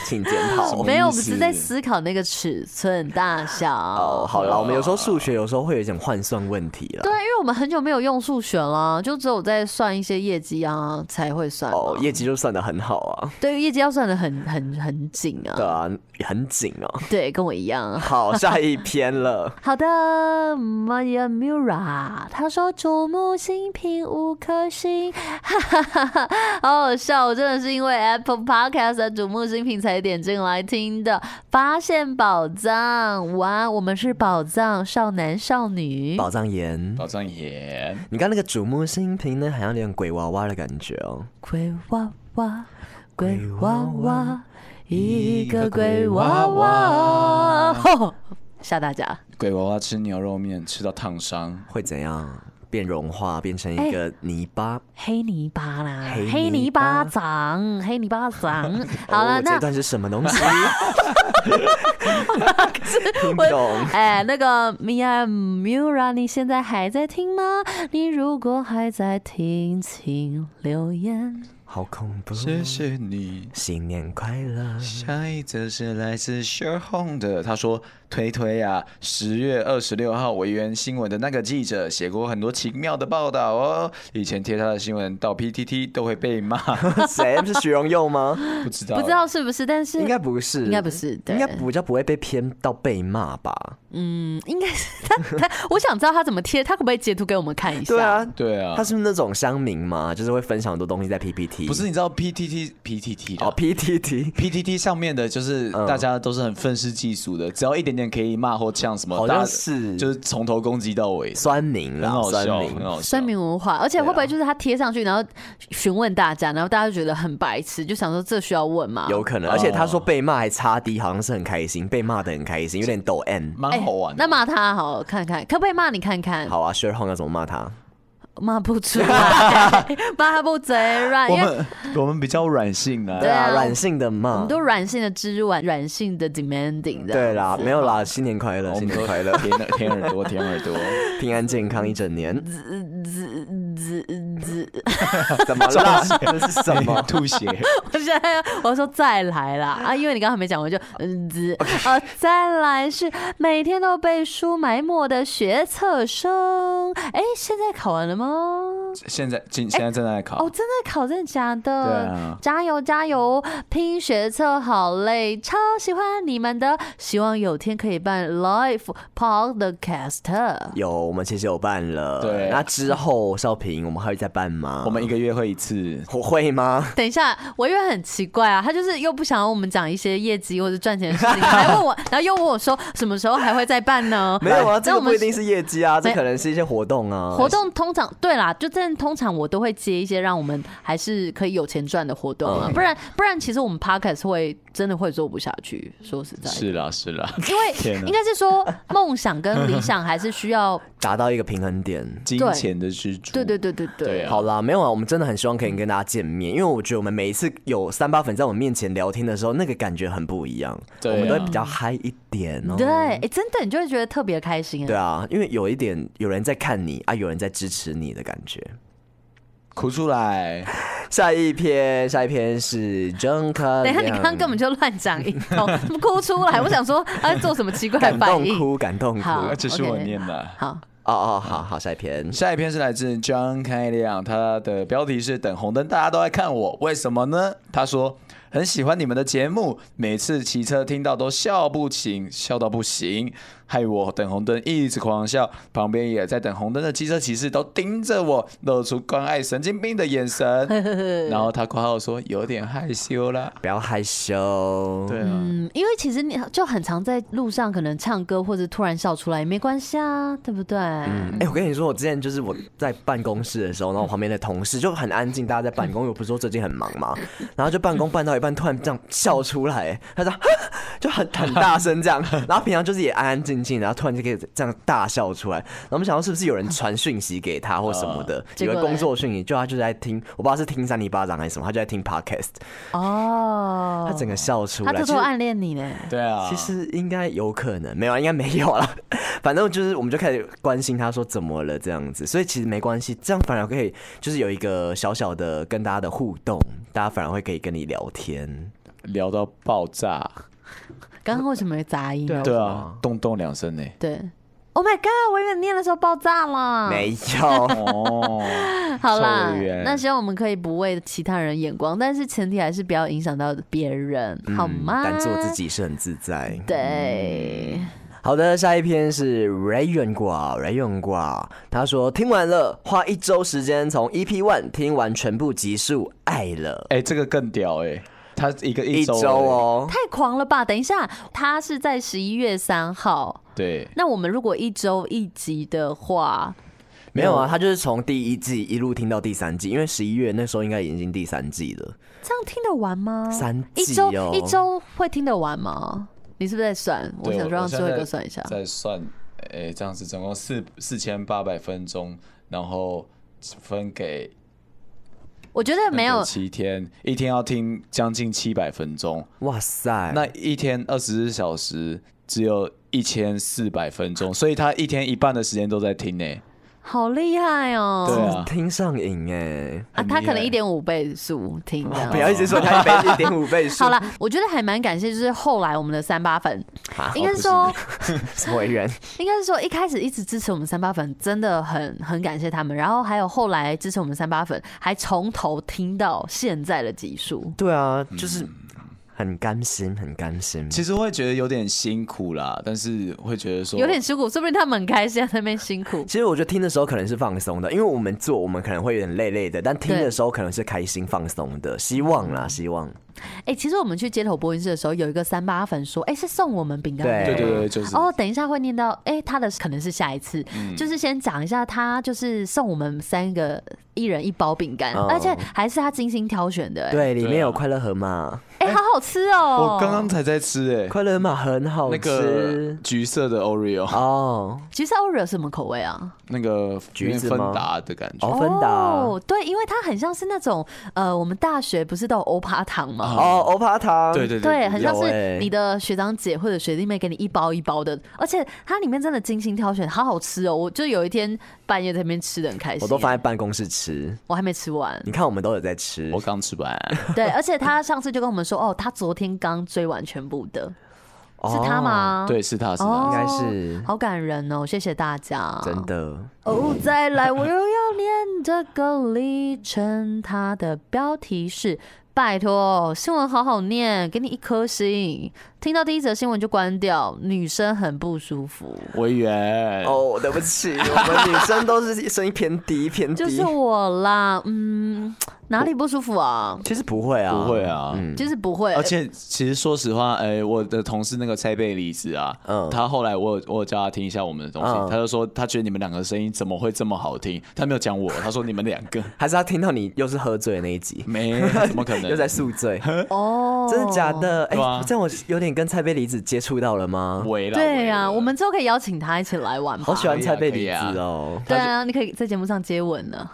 [SPEAKER 4] 请检讨。
[SPEAKER 1] 没有，我们
[SPEAKER 5] 意思
[SPEAKER 1] 只是在思考那个尺寸大小。
[SPEAKER 4] 哦，好了，我们有时候数学有时候会有一点换算问题了
[SPEAKER 1] 对，。啊因为我们很久没有用数学了，就只有在算一些业绩啊才会算嘛。
[SPEAKER 4] 哦，业绩就算的很好啊，
[SPEAKER 1] 对业绩要算的很很很紧啊。
[SPEAKER 4] 对啊，很紧哦。
[SPEAKER 1] 对，跟我一样。。
[SPEAKER 4] 好，下一篇了
[SPEAKER 1] 好的，Maria Mura，他说瞩目新品五颗星， 哈哈哈哈，好好笑！我真的是因为 Apple Podcast 的瞩目新品才点进来听的，发现宝藏，哇，我们是宝藏少男少女，
[SPEAKER 4] 宝藏岩，
[SPEAKER 5] 宝藏岩，
[SPEAKER 4] 你刚那个瞩目新品呢，好像有点鬼娃娃的感觉哦。
[SPEAKER 1] 鬼娃娃，鬼娃娃，一个鬼娃娃， 吓大家。
[SPEAKER 5] 鬼娃娃吃牛肉面吃到烫伤，
[SPEAKER 4] 会怎样？变融化，变成一
[SPEAKER 1] 哎
[SPEAKER 4] 个泥巴。
[SPEAKER 1] 黑泥巴啦，
[SPEAKER 4] 黑泥巴
[SPEAKER 1] 黑泥巴掌，黑泥巴 掌。好了，
[SPEAKER 4] 哦
[SPEAKER 1] 那
[SPEAKER 4] 这段是什么东 西？听不
[SPEAKER 1] 我
[SPEAKER 4] 懂。
[SPEAKER 1] 哎，那个 Mia Mura，你现在还在听吗？你如果还在听，请留言。
[SPEAKER 4] 好恐怖。
[SPEAKER 5] 谢谢你。
[SPEAKER 4] 新年快乐！
[SPEAKER 5] 下一则是来自 Share Home 的，他说：“推推啊，十月二十六号，维园新闻的那个记者写过很多奇妙的报道哦。以前贴他的新闻到 PTT 都会被骂，
[SPEAKER 4] 谁不是许荣佑吗？
[SPEAKER 5] 不知道
[SPEAKER 1] 不知道是不是？但是
[SPEAKER 4] 应该不是，
[SPEAKER 1] 应该不是对
[SPEAKER 4] 应该比较不会被偏到被骂吧？
[SPEAKER 1] 嗯，应该是他他，我想知道他怎么贴，他可不可以截图给我们看一下？
[SPEAKER 4] 对啊，
[SPEAKER 5] 对啊，
[SPEAKER 4] 他是不是那种乡民嘛，就是会分享很多东西在 PPT，
[SPEAKER 5] 不是，你知道 PTT PTT
[SPEAKER 4] 哦
[SPEAKER 5] 哦
[SPEAKER 4] PTT，嗯
[SPEAKER 5] ，PTT 上面的就是大家都是很愤世嫉俗的，只要一点点年可以骂或呛什么，
[SPEAKER 4] 好像
[SPEAKER 5] 大家
[SPEAKER 4] 是
[SPEAKER 5] 就是从头攻击到尾，
[SPEAKER 4] 酸民
[SPEAKER 5] 很
[SPEAKER 4] 啦，
[SPEAKER 5] 好
[SPEAKER 4] 酸
[SPEAKER 5] 笑，
[SPEAKER 4] 民
[SPEAKER 5] 很。好笑
[SPEAKER 1] 酸。民文化，而且
[SPEAKER 4] 啊
[SPEAKER 1] 会不会就是他贴上去，然后询问大家，然后大家就觉得很白痴，就想说这需要问吗？
[SPEAKER 4] 有可能，而且他
[SPEAKER 1] 哦
[SPEAKER 4] 说被骂还差低，好像是很开心，被骂的很开心，有点抖 M。
[SPEAKER 1] 哎
[SPEAKER 5] 蛮好玩的，
[SPEAKER 1] 那骂他好看看，可不可以骂你看看？
[SPEAKER 4] 好啊 s h e r Hong 要怎么骂他？
[SPEAKER 1] 骂不出 来，骂不嘴软，
[SPEAKER 4] 哎
[SPEAKER 5] 我
[SPEAKER 1] 因为
[SPEAKER 5] 们 我们比较软性啊
[SPEAKER 1] 对，啊
[SPEAKER 4] 软性的
[SPEAKER 1] 我
[SPEAKER 4] 骂
[SPEAKER 1] 们。都软性的置入，软软性的 demanding 的。
[SPEAKER 4] 对啦，没有啦，新年快乐，
[SPEAKER 5] 我
[SPEAKER 4] 新
[SPEAKER 5] 们
[SPEAKER 4] 年
[SPEAKER 5] 都
[SPEAKER 4] 快乐，
[SPEAKER 5] 舔耳舔耳朵，舔耳朵，
[SPEAKER 4] 平安健康一整年。
[SPEAKER 1] 滋滋，
[SPEAKER 4] 怎 么啦？ 这是什么？
[SPEAKER 5] 吐血，
[SPEAKER 1] 我现在我要说再来 啦啊，因为你刚刚还没讲完就嗯滋哦，再来是每天都被书埋没的学测生。哎，现在考完了吗？
[SPEAKER 5] 现在
[SPEAKER 4] 哎
[SPEAKER 5] 今现在正在考
[SPEAKER 1] 哦，，真的考，真的假的？
[SPEAKER 5] 啊对啊
[SPEAKER 1] 加油加油，拼学测好累，超喜欢你们的，希望有天可以办 live podcast。
[SPEAKER 4] 有，我们其实有办了。
[SPEAKER 5] 对
[SPEAKER 4] 那之后少平，我们还会再办吗？
[SPEAKER 5] 我们一个月会一次，
[SPEAKER 4] 我会 吗？
[SPEAKER 1] 等一下，我因为很奇怪啊，他就是又不想让我们讲一些业绩或者赚钱的事情，还问我，然后又问我说什么时候还会再办呢？
[SPEAKER 4] 没有啊，
[SPEAKER 1] 那
[SPEAKER 4] 这个
[SPEAKER 1] 我
[SPEAKER 4] 不
[SPEAKER 1] 们
[SPEAKER 4] 一定是业绩啊，这
[SPEAKER 1] 没
[SPEAKER 4] 可能是一些活动啊。
[SPEAKER 1] 活动通常对啦，就真的通常我都会接一些让我们还是可以有钱赚的活动啊，
[SPEAKER 4] 嗯
[SPEAKER 1] 不然不然其实我们 podcast 会真的会做不下去，说实在的。
[SPEAKER 5] 是啦是啦，
[SPEAKER 1] 因为
[SPEAKER 5] 天哪
[SPEAKER 1] 应该是说梦想跟理想还是需要，
[SPEAKER 4] 达到一个平衡点。
[SPEAKER 5] 金钱的支柱，
[SPEAKER 1] 对对对对 对。
[SPEAKER 5] 对啊
[SPEAKER 4] 好啦，没有啊，我们真的很希望可以跟大家见面，因为我觉得我们每一次有三八粉在我们面前聊天的时候，那个感觉很不一样，
[SPEAKER 5] 对啊
[SPEAKER 4] 我们都会比较嗨一点哦。
[SPEAKER 1] 对，哎、真的，你就会觉得特别开心。
[SPEAKER 4] 对，啊，因为有一点有人在看你啊，有人在支持你的感觉。
[SPEAKER 5] 哭出来，
[SPEAKER 4] 下一篇，下一篇是 Junker，
[SPEAKER 1] 等一下你刚刚根本就乱讲一通， 哭出来。我想说他在做什么奇怪
[SPEAKER 4] 感
[SPEAKER 1] 的反
[SPEAKER 4] 动
[SPEAKER 1] 应。
[SPEAKER 4] 哭，感动哭。
[SPEAKER 1] 好
[SPEAKER 4] 哦
[SPEAKER 5] 这是我
[SPEAKER 1] OK
[SPEAKER 5] 念的。
[SPEAKER 1] 好，
[SPEAKER 4] 哦，好好，下一篇。
[SPEAKER 5] 下一篇是来自张开亮，他的标题是“等红灯，大家都在看我，为什么呢？”他说很喜欢你们的节目，每次骑车听到都笑不行，笑到不行，害我等红灯一直狂笑，旁边也在等红灯的机车骑士都盯着我，露出关爱神经病的眼神。然后他括号说有点害羞啦，
[SPEAKER 4] 不要害羞。
[SPEAKER 5] 对啊，
[SPEAKER 1] 嗯，因为其实你就很常在路上可能唱歌或者突然笑出来也没关系啊，对不对？
[SPEAKER 4] 哎、我跟你说，我之前就是我在办公室的时候，然后我旁边的同事就很安静，大家在办公，因为我不是说最近很忙嘛，然后就办公办到一半，突然这样笑出来，他说就很很大声这样，然后平常就是也安安静静，然后突然就可以这样大笑出来，然后我们想到是不是有人传讯息给他或什么的，
[SPEAKER 1] 哦结
[SPEAKER 4] 有
[SPEAKER 1] 果
[SPEAKER 4] 个
[SPEAKER 1] 嘞
[SPEAKER 4] 工作讯息，就他就在听，我不知道是听三里巴掌还是什么，他就在听 podcast，
[SPEAKER 1] 哦，
[SPEAKER 4] 他整个笑出
[SPEAKER 1] 他
[SPEAKER 4] 来，
[SPEAKER 1] 偷
[SPEAKER 4] 就
[SPEAKER 1] 偷
[SPEAKER 4] 是
[SPEAKER 1] 暗恋你呢。
[SPEAKER 5] 对啊，
[SPEAKER 4] 其实应该有可能，没有啊，应该没有啦。 反正就是我们就开始关心他说怎么了这样子，所以其实没关系，这样反而可以就是有一个小小的跟大家的互动，大家反而会可以跟你聊天。
[SPEAKER 5] 聊到爆炸，
[SPEAKER 1] 刚刚为什么有杂音？
[SPEAKER 5] 对啊，咚咚两声呢，
[SPEAKER 1] 对。Oh my god！我以为念的时候爆炸了。
[SPEAKER 4] 没有，
[SPEAKER 5] 哦，
[SPEAKER 1] 好啦
[SPEAKER 5] 受委员，
[SPEAKER 1] 那希望我们可以不为其他人眼光，但是前提还是不要影响到别人，好吗？
[SPEAKER 4] 但嗯做自。己是很自在。
[SPEAKER 1] 对，
[SPEAKER 4] 好的，下一篇是 Rayon 挂 Rayon 挂，他说听完了，花一周时间从 EP One 听完全部集数，爱了
[SPEAKER 5] 哎、这个更屌哎、他一个
[SPEAKER 4] 一
[SPEAKER 5] 一
[SPEAKER 4] 周
[SPEAKER 5] 周而
[SPEAKER 4] 哦。
[SPEAKER 1] 太狂了吧！等一下，他是在十一月三号，
[SPEAKER 5] 已，哎对，
[SPEAKER 1] 那我们如果一周一集的话，
[SPEAKER 4] 没有啊，他就是从第一季一路听到第三季，因为十一月那时候应该已经第三季了。
[SPEAKER 1] 这样听得完吗？
[SPEAKER 4] 三
[SPEAKER 1] 一
[SPEAKER 4] 季
[SPEAKER 1] 周
[SPEAKER 4] 哦
[SPEAKER 1] 一周会听得完吗？你是不是在算？我
[SPEAKER 5] 对
[SPEAKER 1] 想说让最后一个算一下
[SPEAKER 5] 我现。在再算，哎、这样子总共四四千八百分钟，然后分给
[SPEAKER 1] 我觉得没有，
[SPEAKER 5] 七天，一天要听将近七百分钟，
[SPEAKER 4] 哇
[SPEAKER 1] 哎
[SPEAKER 4] 塞，
[SPEAKER 5] 那一天二十四小时只有一千四百分钟，所以他一天一半的时间都在听呢、
[SPEAKER 1] 好厉害
[SPEAKER 5] 对
[SPEAKER 1] 哦！
[SPEAKER 5] 啊
[SPEAKER 4] 听上瘾哎、
[SPEAKER 1] 啊，
[SPEAKER 5] 很
[SPEAKER 1] 他
[SPEAKER 5] 厉
[SPEAKER 1] 可能
[SPEAKER 5] 害
[SPEAKER 1] 一点五倍速听这样
[SPEAKER 4] 不。要一直说他一倍一点五倍数，
[SPEAKER 1] 啊好了，我觉得还蛮感谢，就是后来我们的三八粉，
[SPEAKER 4] 啊，
[SPEAKER 1] 应该说
[SPEAKER 4] 什么人？
[SPEAKER 1] 应该是说一开始一直支持我们三八粉，真的很很感谢他们。然后还有后来支持我们三八粉，还从头听到现在的集数。
[SPEAKER 4] 对啊，就是很甘心，很甘心。
[SPEAKER 5] 其实会觉得有点辛苦啦，但是会觉得说
[SPEAKER 1] 有点辛苦，说不定他们很开心，在那 边辛苦。
[SPEAKER 4] 其实我觉得听的时候可能是放松的，因为我们做我们可能会有点累累的，但听的时候可能是开心放松的，希望啦，希望。
[SPEAKER 1] 哎、其实我们去街头播音室的时候，有一个三八粉说，哎、是送我们饼干的。
[SPEAKER 5] 对对对，就是嗯
[SPEAKER 1] 哦，等一下会念到，哎、他的可能是下一次，就是先讲一下，他就是送我们三个一人一包饼干，
[SPEAKER 4] 哦
[SPEAKER 1] 而且还是他精心挑选的、哎，
[SPEAKER 4] 对，里面有快乐河马，
[SPEAKER 1] 哎、好好吃哦、
[SPEAKER 5] 我刚刚才在吃哎，
[SPEAKER 4] 快乐河马很好
[SPEAKER 5] 那个
[SPEAKER 4] 吃
[SPEAKER 5] 橘色的
[SPEAKER 1] 啊
[SPEAKER 5] Oreo，
[SPEAKER 4] 哦，
[SPEAKER 1] 其实 Oreo 是什么口味啊？
[SPEAKER 5] 那个
[SPEAKER 4] 橘子
[SPEAKER 5] 芬
[SPEAKER 4] 吗
[SPEAKER 5] 达的感觉。
[SPEAKER 4] 哦，芬达
[SPEAKER 1] 哦，对，因为它很像是那种呃，我们大学不是都有欧趴糖吗？
[SPEAKER 4] 哦，欧帕糖，
[SPEAKER 5] 对对
[SPEAKER 1] 对，很像
[SPEAKER 4] 有
[SPEAKER 1] 是
[SPEAKER 4] 欸
[SPEAKER 1] 你的学长姐或者学弟妹给你一包一包的，而且它里面真的精心挑选，好好吃哦！我就有一天半夜在那边吃的很开心，
[SPEAKER 4] 我都放在办公室吃。
[SPEAKER 1] 我还没吃完
[SPEAKER 4] 。你看，我们都有在吃
[SPEAKER 1] 哦
[SPEAKER 5] 我。刚吃完，
[SPEAKER 1] 对，而且他上次就跟我们说，哦，他昨天刚追完全部的，
[SPEAKER 4] 哦
[SPEAKER 1] 是他吗？
[SPEAKER 5] 对，是它是
[SPEAKER 1] 哦，
[SPEAKER 5] 它。
[SPEAKER 4] 应该是
[SPEAKER 1] 好感人哦，谢谢大家，
[SPEAKER 4] 真的，
[SPEAKER 1] 哦，再来，我又要念这个历程，它的标题是。拜托，新闻好好念，给你一颗星。听到第一则新闻就关掉，女生很不舒服，
[SPEAKER 5] 维园
[SPEAKER 4] 哦，对不起，我们女生都是声音偏低偏低。
[SPEAKER 1] 就是我啦。嗯，哪里不舒服啊？
[SPEAKER 4] 其实不会啊，
[SPEAKER 5] 不会啊，
[SPEAKER 1] 就是不会，
[SPEAKER 5] 而且其实说实话，哎、我的同事那个蔡贝离子啊，
[SPEAKER 4] 嗯
[SPEAKER 5] 他后来我有我有叫他听一下我们的东西，
[SPEAKER 4] 嗯
[SPEAKER 5] 他就说他觉得你们两个声音怎么会这么好听？他没有 讲我，他说你们两个
[SPEAKER 4] 还是他听到你又是喝醉的那一集，
[SPEAKER 5] 没，怎么可能？
[SPEAKER 4] 又在宿 醉，
[SPEAKER 1] 哦，
[SPEAKER 4] 真的假？的？哎
[SPEAKER 5] 对啊，
[SPEAKER 4] 这样我有点跟蔡贝离子接触到了吗？
[SPEAKER 5] 围了。
[SPEAKER 1] 对
[SPEAKER 5] 呀、
[SPEAKER 1] 呀、我们之后可以邀请他一起来玩吧。
[SPEAKER 4] 好喜欢蔡贝离
[SPEAKER 5] 可以
[SPEAKER 4] 子哦，
[SPEAKER 1] 对啊，你可以在节目上接吻呢。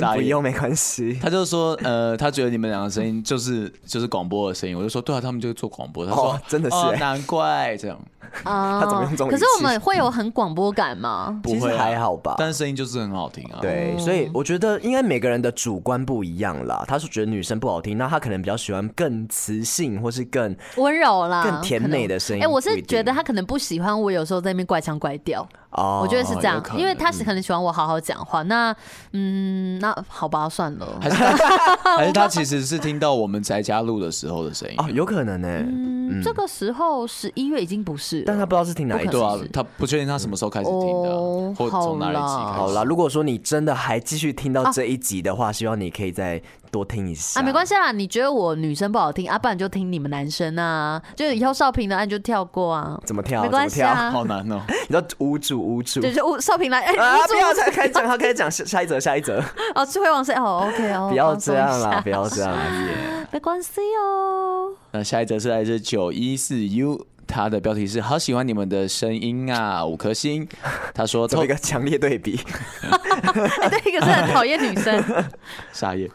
[SPEAKER 5] 傻
[SPEAKER 4] 不
[SPEAKER 5] 眼
[SPEAKER 4] 用没关系。
[SPEAKER 5] 他就说，呃，他觉得你们两个声音就是就是广播的声音，我就说对啊，他们就是做广播。他说、
[SPEAKER 4] 哦真的是
[SPEAKER 5] 哦
[SPEAKER 4] 欸
[SPEAKER 5] 难怪这样，
[SPEAKER 1] 啊，
[SPEAKER 4] 他怎么用这种
[SPEAKER 1] 可是
[SPEAKER 4] 语气
[SPEAKER 1] 我们会有很广播感吗？
[SPEAKER 5] 不
[SPEAKER 4] 其
[SPEAKER 5] 会
[SPEAKER 4] 实
[SPEAKER 5] 啊
[SPEAKER 4] 还好吧，
[SPEAKER 5] 但是声音就是很好听啊。，
[SPEAKER 1] 哦
[SPEAKER 4] 对，所以我觉得应该每个人的主观不一样啦。他是觉得女生不好听，那他可能比较喜欢更磁性或是更
[SPEAKER 1] 温柔啦，
[SPEAKER 4] 更甜美的声音
[SPEAKER 1] 可能哎、我
[SPEAKER 4] 不
[SPEAKER 1] 是
[SPEAKER 4] 一定
[SPEAKER 1] 觉得他可能不喜欢我，有时候在那边怪腔怪调，
[SPEAKER 4] 哦，
[SPEAKER 1] 我觉得是这样
[SPEAKER 5] 有可，能
[SPEAKER 1] 因为他是可能喜欢我好好讲话。那嗯，那好吧，算了。
[SPEAKER 5] 还是他还是他其实是听到我们宅家录的时候的声音。
[SPEAKER 4] 哦，有可能呢、
[SPEAKER 1] 嗯，这个时候十一月已经不是了，
[SPEAKER 4] 但他不知道是听哪一
[SPEAKER 1] 不可
[SPEAKER 4] 集
[SPEAKER 5] 对
[SPEAKER 1] 能。
[SPEAKER 5] 啊，他不确定他什么时候开始听的啊，
[SPEAKER 1] 哦
[SPEAKER 5] 或从哪里集开始。
[SPEAKER 4] 好啦，如果说你真的还继续听到这一集的话，希望你可以再多听一下。
[SPEAKER 1] 啊啊，没关系啦，你觉得我女生不好听啊，不然就听你们男生啊，就以后少平的案就跳过啊，
[SPEAKER 4] 怎么跳
[SPEAKER 1] 没关系
[SPEAKER 4] 怎么
[SPEAKER 1] 啊，
[SPEAKER 5] 好难哦、
[SPEAKER 4] 你知道捂住捂住
[SPEAKER 1] 就是我少平来，哎、
[SPEAKER 4] 啊！不要
[SPEAKER 1] 你
[SPEAKER 4] 再开始讲，他开始讲下下一则，下一则，
[SPEAKER 1] 哦，智慧王是哦，OK 哦，
[SPEAKER 4] 不要
[SPEAKER 1] 放松
[SPEAKER 4] 这
[SPEAKER 1] 一
[SPEAKER 4] 样
[SPEAKER 1] 下
[SPEAKER 4] 啦，不要这样。
[SPEAKER 1] 没关系哦。
[SPEAKER 5] 那下一则是来自九一四 U，他的标题是“好喜欢你们的声音啊，五颗星”。他 说：“
[SPEAKER 4] 做
[SPEAKER 5] 偷
[SPEAKER 4] 一个强烈对比，
[SPEAKER 1] 哎，对，可是很讨厌女 生。
[SPEAKER 5] 傻眼。”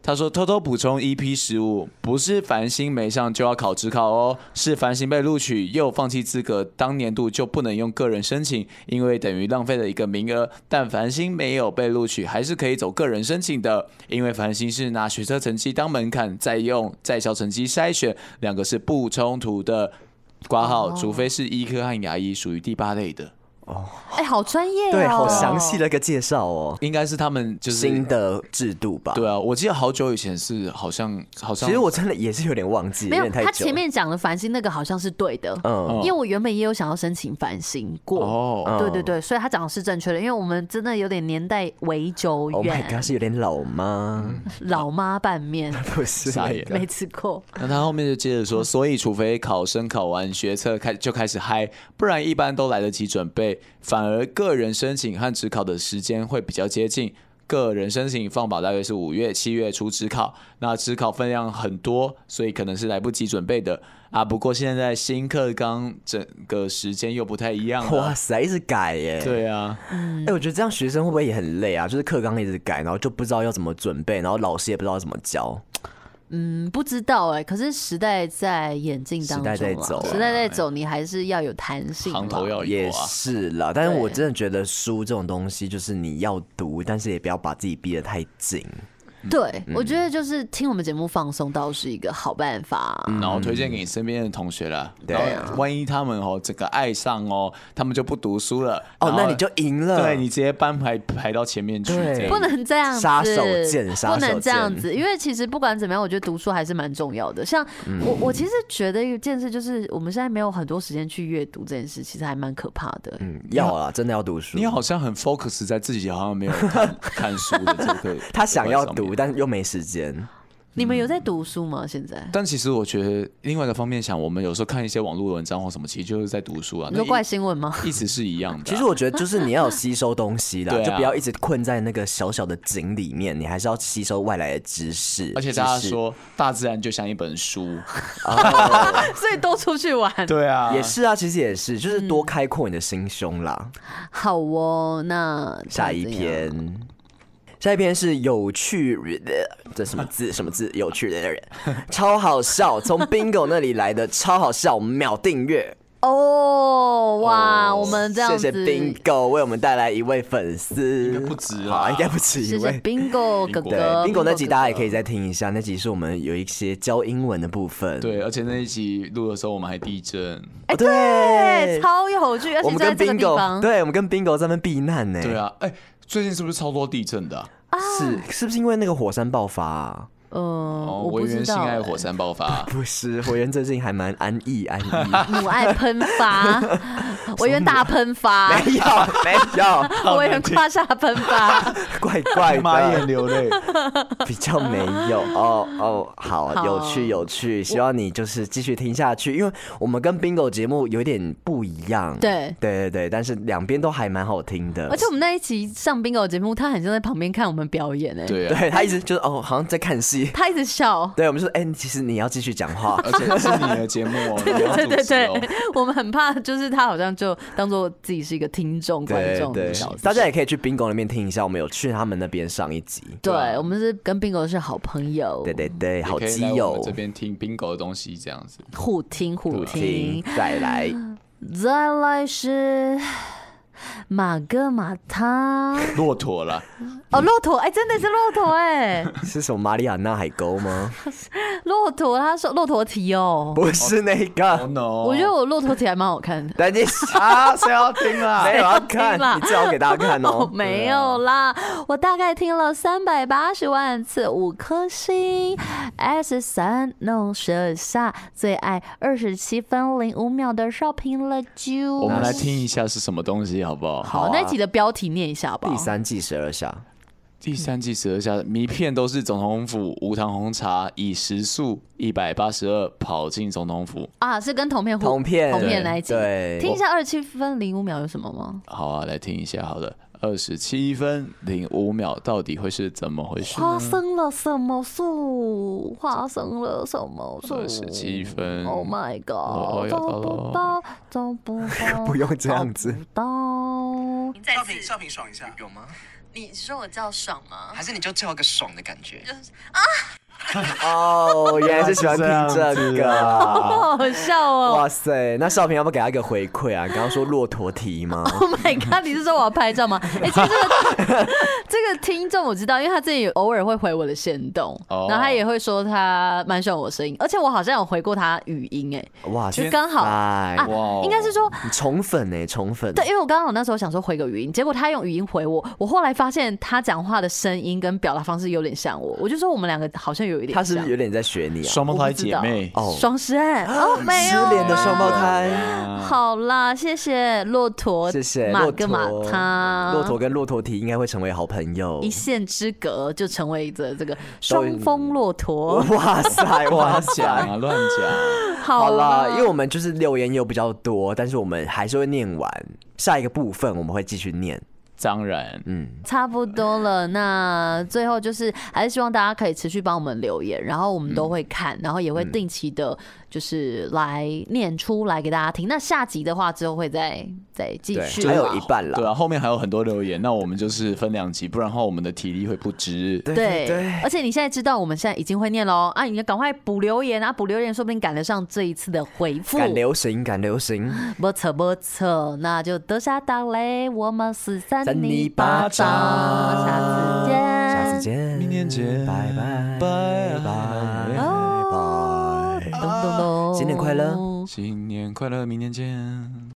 [SPEAKER 5] 他说：“偷偷补充 EP 十五，不是繁星没上就要考职考哦，是繁星被录取又放弃资格，当年度就不能用个人申请，因为等于浪费了一个名额。但繁星没有被录取，还是可以走个人申请的，因为繁星是拿学测成绩当门槛，再用在校成绩筛选，两个是不冲突的。”挂
[SPEAKER 4] 哦
[SPEAKER 5] 号，除非是医科和牙医，属于第八类的，
[SPEAKER 1] 哎，好专业哦，
[SPEAKER 4] 对，好详细的。一个介绍哦，
[SPEAKER 5] 应该是他们就是
[SPEAKER 4] 新的制度吧？
[SPEAKER 5] 啊对啊，我记得好久以前是好像好像，
[SPEAKER 4] 其实我真的也是有点忘记，
[SPEAKER 1] 没有，
[SPEAKER 4] 点太久
[SPEAKER 1] 他
[SPEAKER 4] 了。
[SPEAKER 1] 前面讲的繁星那个好像是对的，
[SPEAKER 4] 嗯
[SPEAKER 1] 因为我原本也有想要申请繁星过。
[SPEAKER 5] 哦，
[SPEAKER 1] 对对对，所以他讲的是正确的，因为我们真的有点年代为久
[SPEAKER 4] ，Oh my Oh god，
[SPEAKER 1] 远，
[SPEAKER 4] 是有点老吗？
[SPEAKER 1] 老妈拌 面
[SPEAKER 4] 不
[SPEAKER 5] 嗯
[SPEAKER 4] 是，
[SPEAKER 5] 傻眼
[SPEAKER 1] 没吃过。
[SPEAKER 5] 那他后面就接着 说，所以除非考生考完学测开就开始嗨，不然一般都来得及准备，反而个人申请和职考的时间会比较接近。个人申请放榜大约是五月、七月初职考，那职考分量很多，所以可能是来不及准备的啊。不过现在新课纲整个时间又不太一样
[SPEAKER 4] 哇
[SPEAKER 5] 了，
[SPEAKER 4] 塞，一直改耶。
[SPEAKER 5] 对啊，
[SPEAKER 4] 哎、我觉得这样学生会不会也很累啊？就是课纲一直改，然后就不知道要怎么准备，然后老师也不知道怎么教。
[SPEAKER 1] 嗯，不知道哎，可是时代在演进当中啦，
[SPEAKER 4] 时代在走啊
[SPEAKER 1] 时代在走，你还是要有弹性啦。
[SPEAKER 5] 行头要有
[SPEAKER 4] 也
[SPEAKER 5] 啊。
[SPEAKER 4] 是啦，但是
[SPEAKER 1] 对
[SPEAKER 4] 我真的觉得书这种东西，就是你要读，但是也不要把自己逼得太紧。
[SPEAKER 1] 对，
[SPEAKER 4] 嗯
[SPEAKER 1] 我觉得就是听我们节目放松倒是一个好办法。
[SPEAKER 5] 然后推荐给你身边的同学啦。
[SPEAKER 4] 嗯对啊
[SPEAKER 5] 然后万一他们哦整个爱上哦，他们就不读书了。
[SPEAKER 4] 哦
[SPEAKER 5] 然，后
[SPEAKER 4] 那你就赢了。
[SPEAKER 5] 对你直接班排排到前面去，
[SPEAKER 4] 嗯对
[SPEAKER 5] 这样
[SPEAKER 1] 不能这样子，
[SPEAKER 4] 杀手锏杀
[SPEAKER 1] 不
[SPEAKER 4] 手锏
[SPEAKER 1] 能这样子，因为其实不管怎么样，我觉得读书还是蛮重要的。像
[SPEAKER 4] 嗯
[SPEAKER 1] 我，我其实觉得一件事就是，我们现在没有很多时间去阅读这件事，其实还蛮可怕的。
[SPEAKER 4] 嗯，要啊，真的要读书。
[SPEAKER 5] 你好，像很 focus 在自己好像没有看看书的这个，
[SPEAKER 4] 他想要
[SPEAKER 5] 这个上
[SPEAKER 4] 读，
[SPEAKER 5] 面啊
[SPEAKER 4] 但又没时间。
[SPEAKER 1] 你们有在读书吗？现在？
[SPEAKER 4] 嗯
[SPEAKER 5] 但其实我觉得另外一个方面想，我们有时候看一些网络文章或什么，其实就是在读书啊。
[SPEAKER 1] 你说
[SPEAKER 5] 那一
[SPEAKER 1] 怪新闻吗？
[SPEAKER 5] 意思是一样的啊、
[SPEAKER 4] 其实我觉得就是你要有吸收东西 啦，
[SPEAKER 5] 对啊
[SPEAKER 4] 就不要一直困在那个小小的井里面，你还是要吸收外来的知识。
[SPEAKER 5] 而且大家
[SPEAKER 4] 知识，
[SPEAKER 5] 说大自然就像一本书，
[SPEAKER 4] 嗯
[SPEAKER 1] 所以多出去玩。
[SPEAKER 5] 对啊
[SPEAKER 4] 也是啊，其实也是，就是
[SPEAKER 5] 嗯
[SPEAKER 4] 多开阔你的心胸啦。
[SPEAKER 1] 好哦，那
[SPEAKER 4] 下一
[SPEAKER 1] 大家怎样。
[SPEAKER 4] 篇。下一篇是有趣的，这什么 字？什么字？有趣的人， 超好笑，从 Bingo 那里来的，超好笑，秒订阅。
[SPEAKER 1] 哦，哇，我们这样
[SPEAKER 4] 谢
[SPEAKER 1] 子
[SPEAKER 4] 谢，Bingo 为我们带来一位粉丝，
[SPEAKER 5] 不止啦
[SPEAKER 4] 好，应该不止啊一
[SPEAKER 1] 谢谢
[SPEAKER 4] 位。
[SPEAKER 1] Bingo 哥
[SPEAKER 4] 对
[SPEAKER 1] 哥
[SPEAKER 4] ，Bingo 那集大家也可
[SPEAKER 1] 以。
[SPEAKER 4] 以再听一下，那集是我们有一些教英文的部分。
[SPEAKER 5] 对，而且那一集录的时候我们还地震，
[SPEAKER 4] 哦，
[SPEAKER 1] 哎对，
[SPEAKER 4] 对，
[SPEAKER 1] 超有趣，而且
[SPEAKER 4] 我
[SPEAKER 1] 就
[SPEAKER 4] 们
[SPEAKER 1] 在
[SPEAKER 4] 跟
[SPEAKER 1] 这个地
[SPEAKER 4] Bingo，
[SPEAKER 1] 方，
[SPEAKER 4] 对，我们跟 Bingo 在那边避难呢。
[SPEAKER 5] 对，啊，哎、最近是不是超多地震的啊、
[SPEAKER 4] 是是不是因为那个火山爆发啊？
[SPEAKER 1] 嗯，
[SPEAKER 5] 哦，
[SPEAKER 1] 我不
[SPEAKER 5] 维园
[SPEAKER 1] 知
[SPEAKER 5] 性
[SPEAKER 1] 道
[SPEAKER 5] 爱
[SPEAKER 1] 欸，
[SPEAKER 5] 火山爆发啊、
[SPEAKER 4] 不是，火源最近还蛮安逸安逸。
[SPEAKER 1] 母爱喷 发，维园大喷发，
[SPEAKER 4] 没 有，没 有，
[SPEAKER 1] 维 园胯下喷发，
[SPEAKER 4] 怪怪
[SPEAKER 5] 妈啊眼
[SPEAKER 4] 的，
[SPEAKER 5] 流泪，
[SPEAKER 4] 比较没有。哦哦，好，
[SPEAKER 5] 啊
[SPEAKER 1] 好
[SPEAKER 4] 有趣有趣，希望你就是继续听下去，因为我们跟 Bingo 节目有点不一样。
[SPEAKER 1] 对
[SPEAKER 4] 对对对，但是两边都还蛮好听的
[SPEAKER 1] 而。且我们那一期上 Bingo 节目，他很像在旁边看我们表演哎，
[SPEAKER 5] 对啊，
[SPEAKER 4] 对他一直就是哦，好像在看戏。
[SPEAKER 1] 他一直笑，
[SPEAKER 4] 对，我们就说，哎、其实你要继续讲话。
[SPEAKER 5] 而且是你的节目哦，你 要
[SPEAKER 1] 对
[SPEAKER 5] 主
[SPEAKER 1] 对
[SPEAKER 5] 持哦
[SPEAKER 1] 对，， 我们很怕，就是他好像就当做自己是一个听众、观
[SPEAKER 4] 对
[SPEAKER 1] 众
[SPEAKER 4] 对
[SPEAKER 1] 的角，色。
[SPEAKER 4] 大家也可以去 Bingo 那边听一下，我们有去他们那边上一集。
[SPEAKER 1] 对，我们是跟 Bingo 是好朋友，
[SPEAKER 4] 对对对，好
[SPEAKER 5] 嗯也可以
[SPEAKER 4] 基
[SPEAKER 5] 来我
[SPEAKER 4] 友
[SPEAKER 5] 们这，边听 bingo 的东西这样子。
[SPEAKER 1] 互听互听
[SPEAKER 4] 听。再来。
[SPEAKER 1] 再来是马哥马他，
[SPEAKER 5] 骆驼啦，
[SPEAKER 1] 哦，骆驼，哎，真的是骆驼，哎，
[SPEAKER 4] 是什么马里亚纳海 沟吗？
[SPEAKER 1] 骆驼，他说骆驼蹄哦，
[SPEAKER 4] 不是那
[SPEAKER 5] 哦
[SPEAKER 4] 个，
[SPEAKER 5] no，
[SPEAKER 1] 我觉得我骆驼蹄还蛮好看的。
[SPEAKER 4] 等你
[SPEAKER 5] 啊，谁要听啊？
[SPEAKER 4] 没有要看
[SPEAKER 1] 听啦，
[SPEAKER 4] 你最好给大家看
[SPEAKER 1] 哦
[SPEAKER 4] 哦，。
[SPEAKER 1] 没有啦，我大概听了三百八十万次，五颗星，S 三弄舌下最爱二十七分零五秒的少平了啾。
[SPEAKER 5] 我们来听一下是什么东西好不好？
[SPEAKER 1] 好、
[SPEAKER 4] 啊
[SPEAKER 1] 那一集的标题念一下吧。
[SPEAKER 4] 第三季十二下，
[SPEAKER 5] 第三季十二下，名片都是总统府无糖红茶，以时速一百八十二跑进总统府。
[SPEAKER 1] 啊，是跟同片互
[SPEAKER 4] 同片
[SPEAKER 1] 同片那一集，
[SPEAKER 4] 对
[SPEAKER 1] 听一下二十七分零五秒有什么吗？
[SPEAKER 5] 好啊，来听一下好了，二十七分零五秒，到底会是怎么回事
[SPEAKER 1] 发
[SPEAKER 5] 呢？
[SPEAKER 1] 生了什么树？发生了什么树？
[SPEAKER 5] 27分
[SPEAKER 1] Oh my
[SPEAKER 5] 哦
[SPEAKER 1] god！
[SPEAKER 5] 要到
[SPEAKER 1] 找不
[SPEAKER 5] 了
[SPEAKER 1] 到，找不到，
[SPEAKER 4] 不用这样子
[SPEAKER 1] 找不到。
[SPEAKER 6] 少平，少平爽一下，有吗？
[SPEAKER 1] 你说我叫爽吗？
[SPEAKER 6] 还是你就叫个爽的感觉？
[SPEAKER 1] 啊
[SPEAKER 4] 哦，原来是喜欢听这 个。
[SPEAKER 1] 好好笑哦
[SPEAKER 4] 哇塞，那少平要不要给他一个回馈啊？你刚刚说骆驼蹄吗？
[SPEAKER 1] ！Oh my god！你是说我要拍照吗？哎、其实这个 这个听众我知道，因为他自己偶尔会回我的线动
[SPEAKER 5] 哦
[SPEAKER 1] 然后他也会说他蛮喜欢我声音，而且我好像有回过他语音、哎，
[SPEAKER 4] 哇
[SPEAKER 1] 就
[SPEAKER 4] 塞，
[SPEAKER 1] 刚好啊
[SPEAKER 4] 哎哇，
[SPEAKER 5] 哦
[SPEAKER 1] 应该是说
[SPEAKER 4] 你宠粉呢，宠粉。
[SPEAKER 1] 对，因为我刚好那时候想说回个语音，结果他用语音回我，我后来发现他讲话的声音跟表达方式有点像我，我就说我们两个好像有一点
[SPEAKER 4] 他
[SPEAKER 1] 像，
[SPEAKER 4] 是不是有点在学你啊？
[SPEAKER 5] 双胞
[SPEAKER 1] 我
[SPEAKER 5] 胎
[SPEAKER 1] 不知
[SPEAKER 5] 姐
[SPEAKER 1] 道
[SPEAKER 5] 妹
[SPEAKER 4] 哦
[SPEAKER 1] 双失恋哦，没有
[SPEAKER 4] 失恋的
[SPEAKER 1] 啦
[SPEAKER 4] 双胞胎，
[SPEAKER 1] 好啦，谢谢骆驼，
[SPEAKER 4] 谢谢
[SPEAKER 1] 马
[SPEAKER 4] 骆
[SPEAKER 1] 哥
[SPEAKER 4] 驼
[SPEAKER 1] 马他，
[SPEAKER 4] 骆驼跟骆驼蹄应该会成为好朋友
[SPEAKER 1] 一。线之隔就成为这这个双峰骆 驼。
[SPEAKER 4] 哇塞，哇
[SPEAKER 5] 乱
[SPEAKER 4] 塞！
[SPEAKER 5] 讲啊，乱讲。
[SPEAKER 1] 好
[SPEAKER 4] 好啦，
[SPEAKER 1] 啦，
[SPEAKER 4] 因为我们就是留言又比较多，但是我们还是会念完下一个部分，我们会继续念。
[SPEAKER 5] 当然，
[SPEAKER 1] 差不多了。那最后就是还是希望大家可以持续帮我们留言，然后我们
[SPEAKER 4] 嗯
[SPEAKER 1] 都会看，然后也会定期的，就是来念出来给大家听。那下集的话之后会再再继
[SPEAKER 4] 对，
[SPEAKER 1] 续
[SPEAKER 4] 还
[SPEAKER 1] 啦，
[SPEAKER 4] 有一半
[SPEAKER 5] 对
[SPEAKER 4] 啦。
[SPEAKER 5] 啊，后面还有很多留言，那我们就是分两集，不然的话我们的体力会不支。
[SPEAKER 1] 对
[SPEAKER 4] 对，呃
[SPEAKER 1] 而且你现在知道我们现在已经会念喽啊！你要赶快补留言啊，补留言，说不定赶得上这一次的回复。
[SPEAKER 4] 赶流行，赶流行，
[SPEAKER 1] 不错不错，那就多下档嘞，我们是三
[SPEAKER 4] 三
[SPEAKER 1] 泥
[SPEAKER 4] 泥
[SPEAKER 1] 巴
[SPEAKER 4] 巴
[SPEAKER 1] 掌，
[SPEAKER 4] 掌
[SPEAKER 1] 下次见，
[SPEAKER 4] 下次。见，明
[SPEAKER 5] 天见
[SPEAKER 4] 拜拜，
[SPEAKER 5] 拜
[SPEAKER 4] 拜拜，拜。
[SPEAKER 1] 咚咚咚，
[SPEAKER 4] 新年快乐
[SPEAKER 5] 新年快乐，明天见。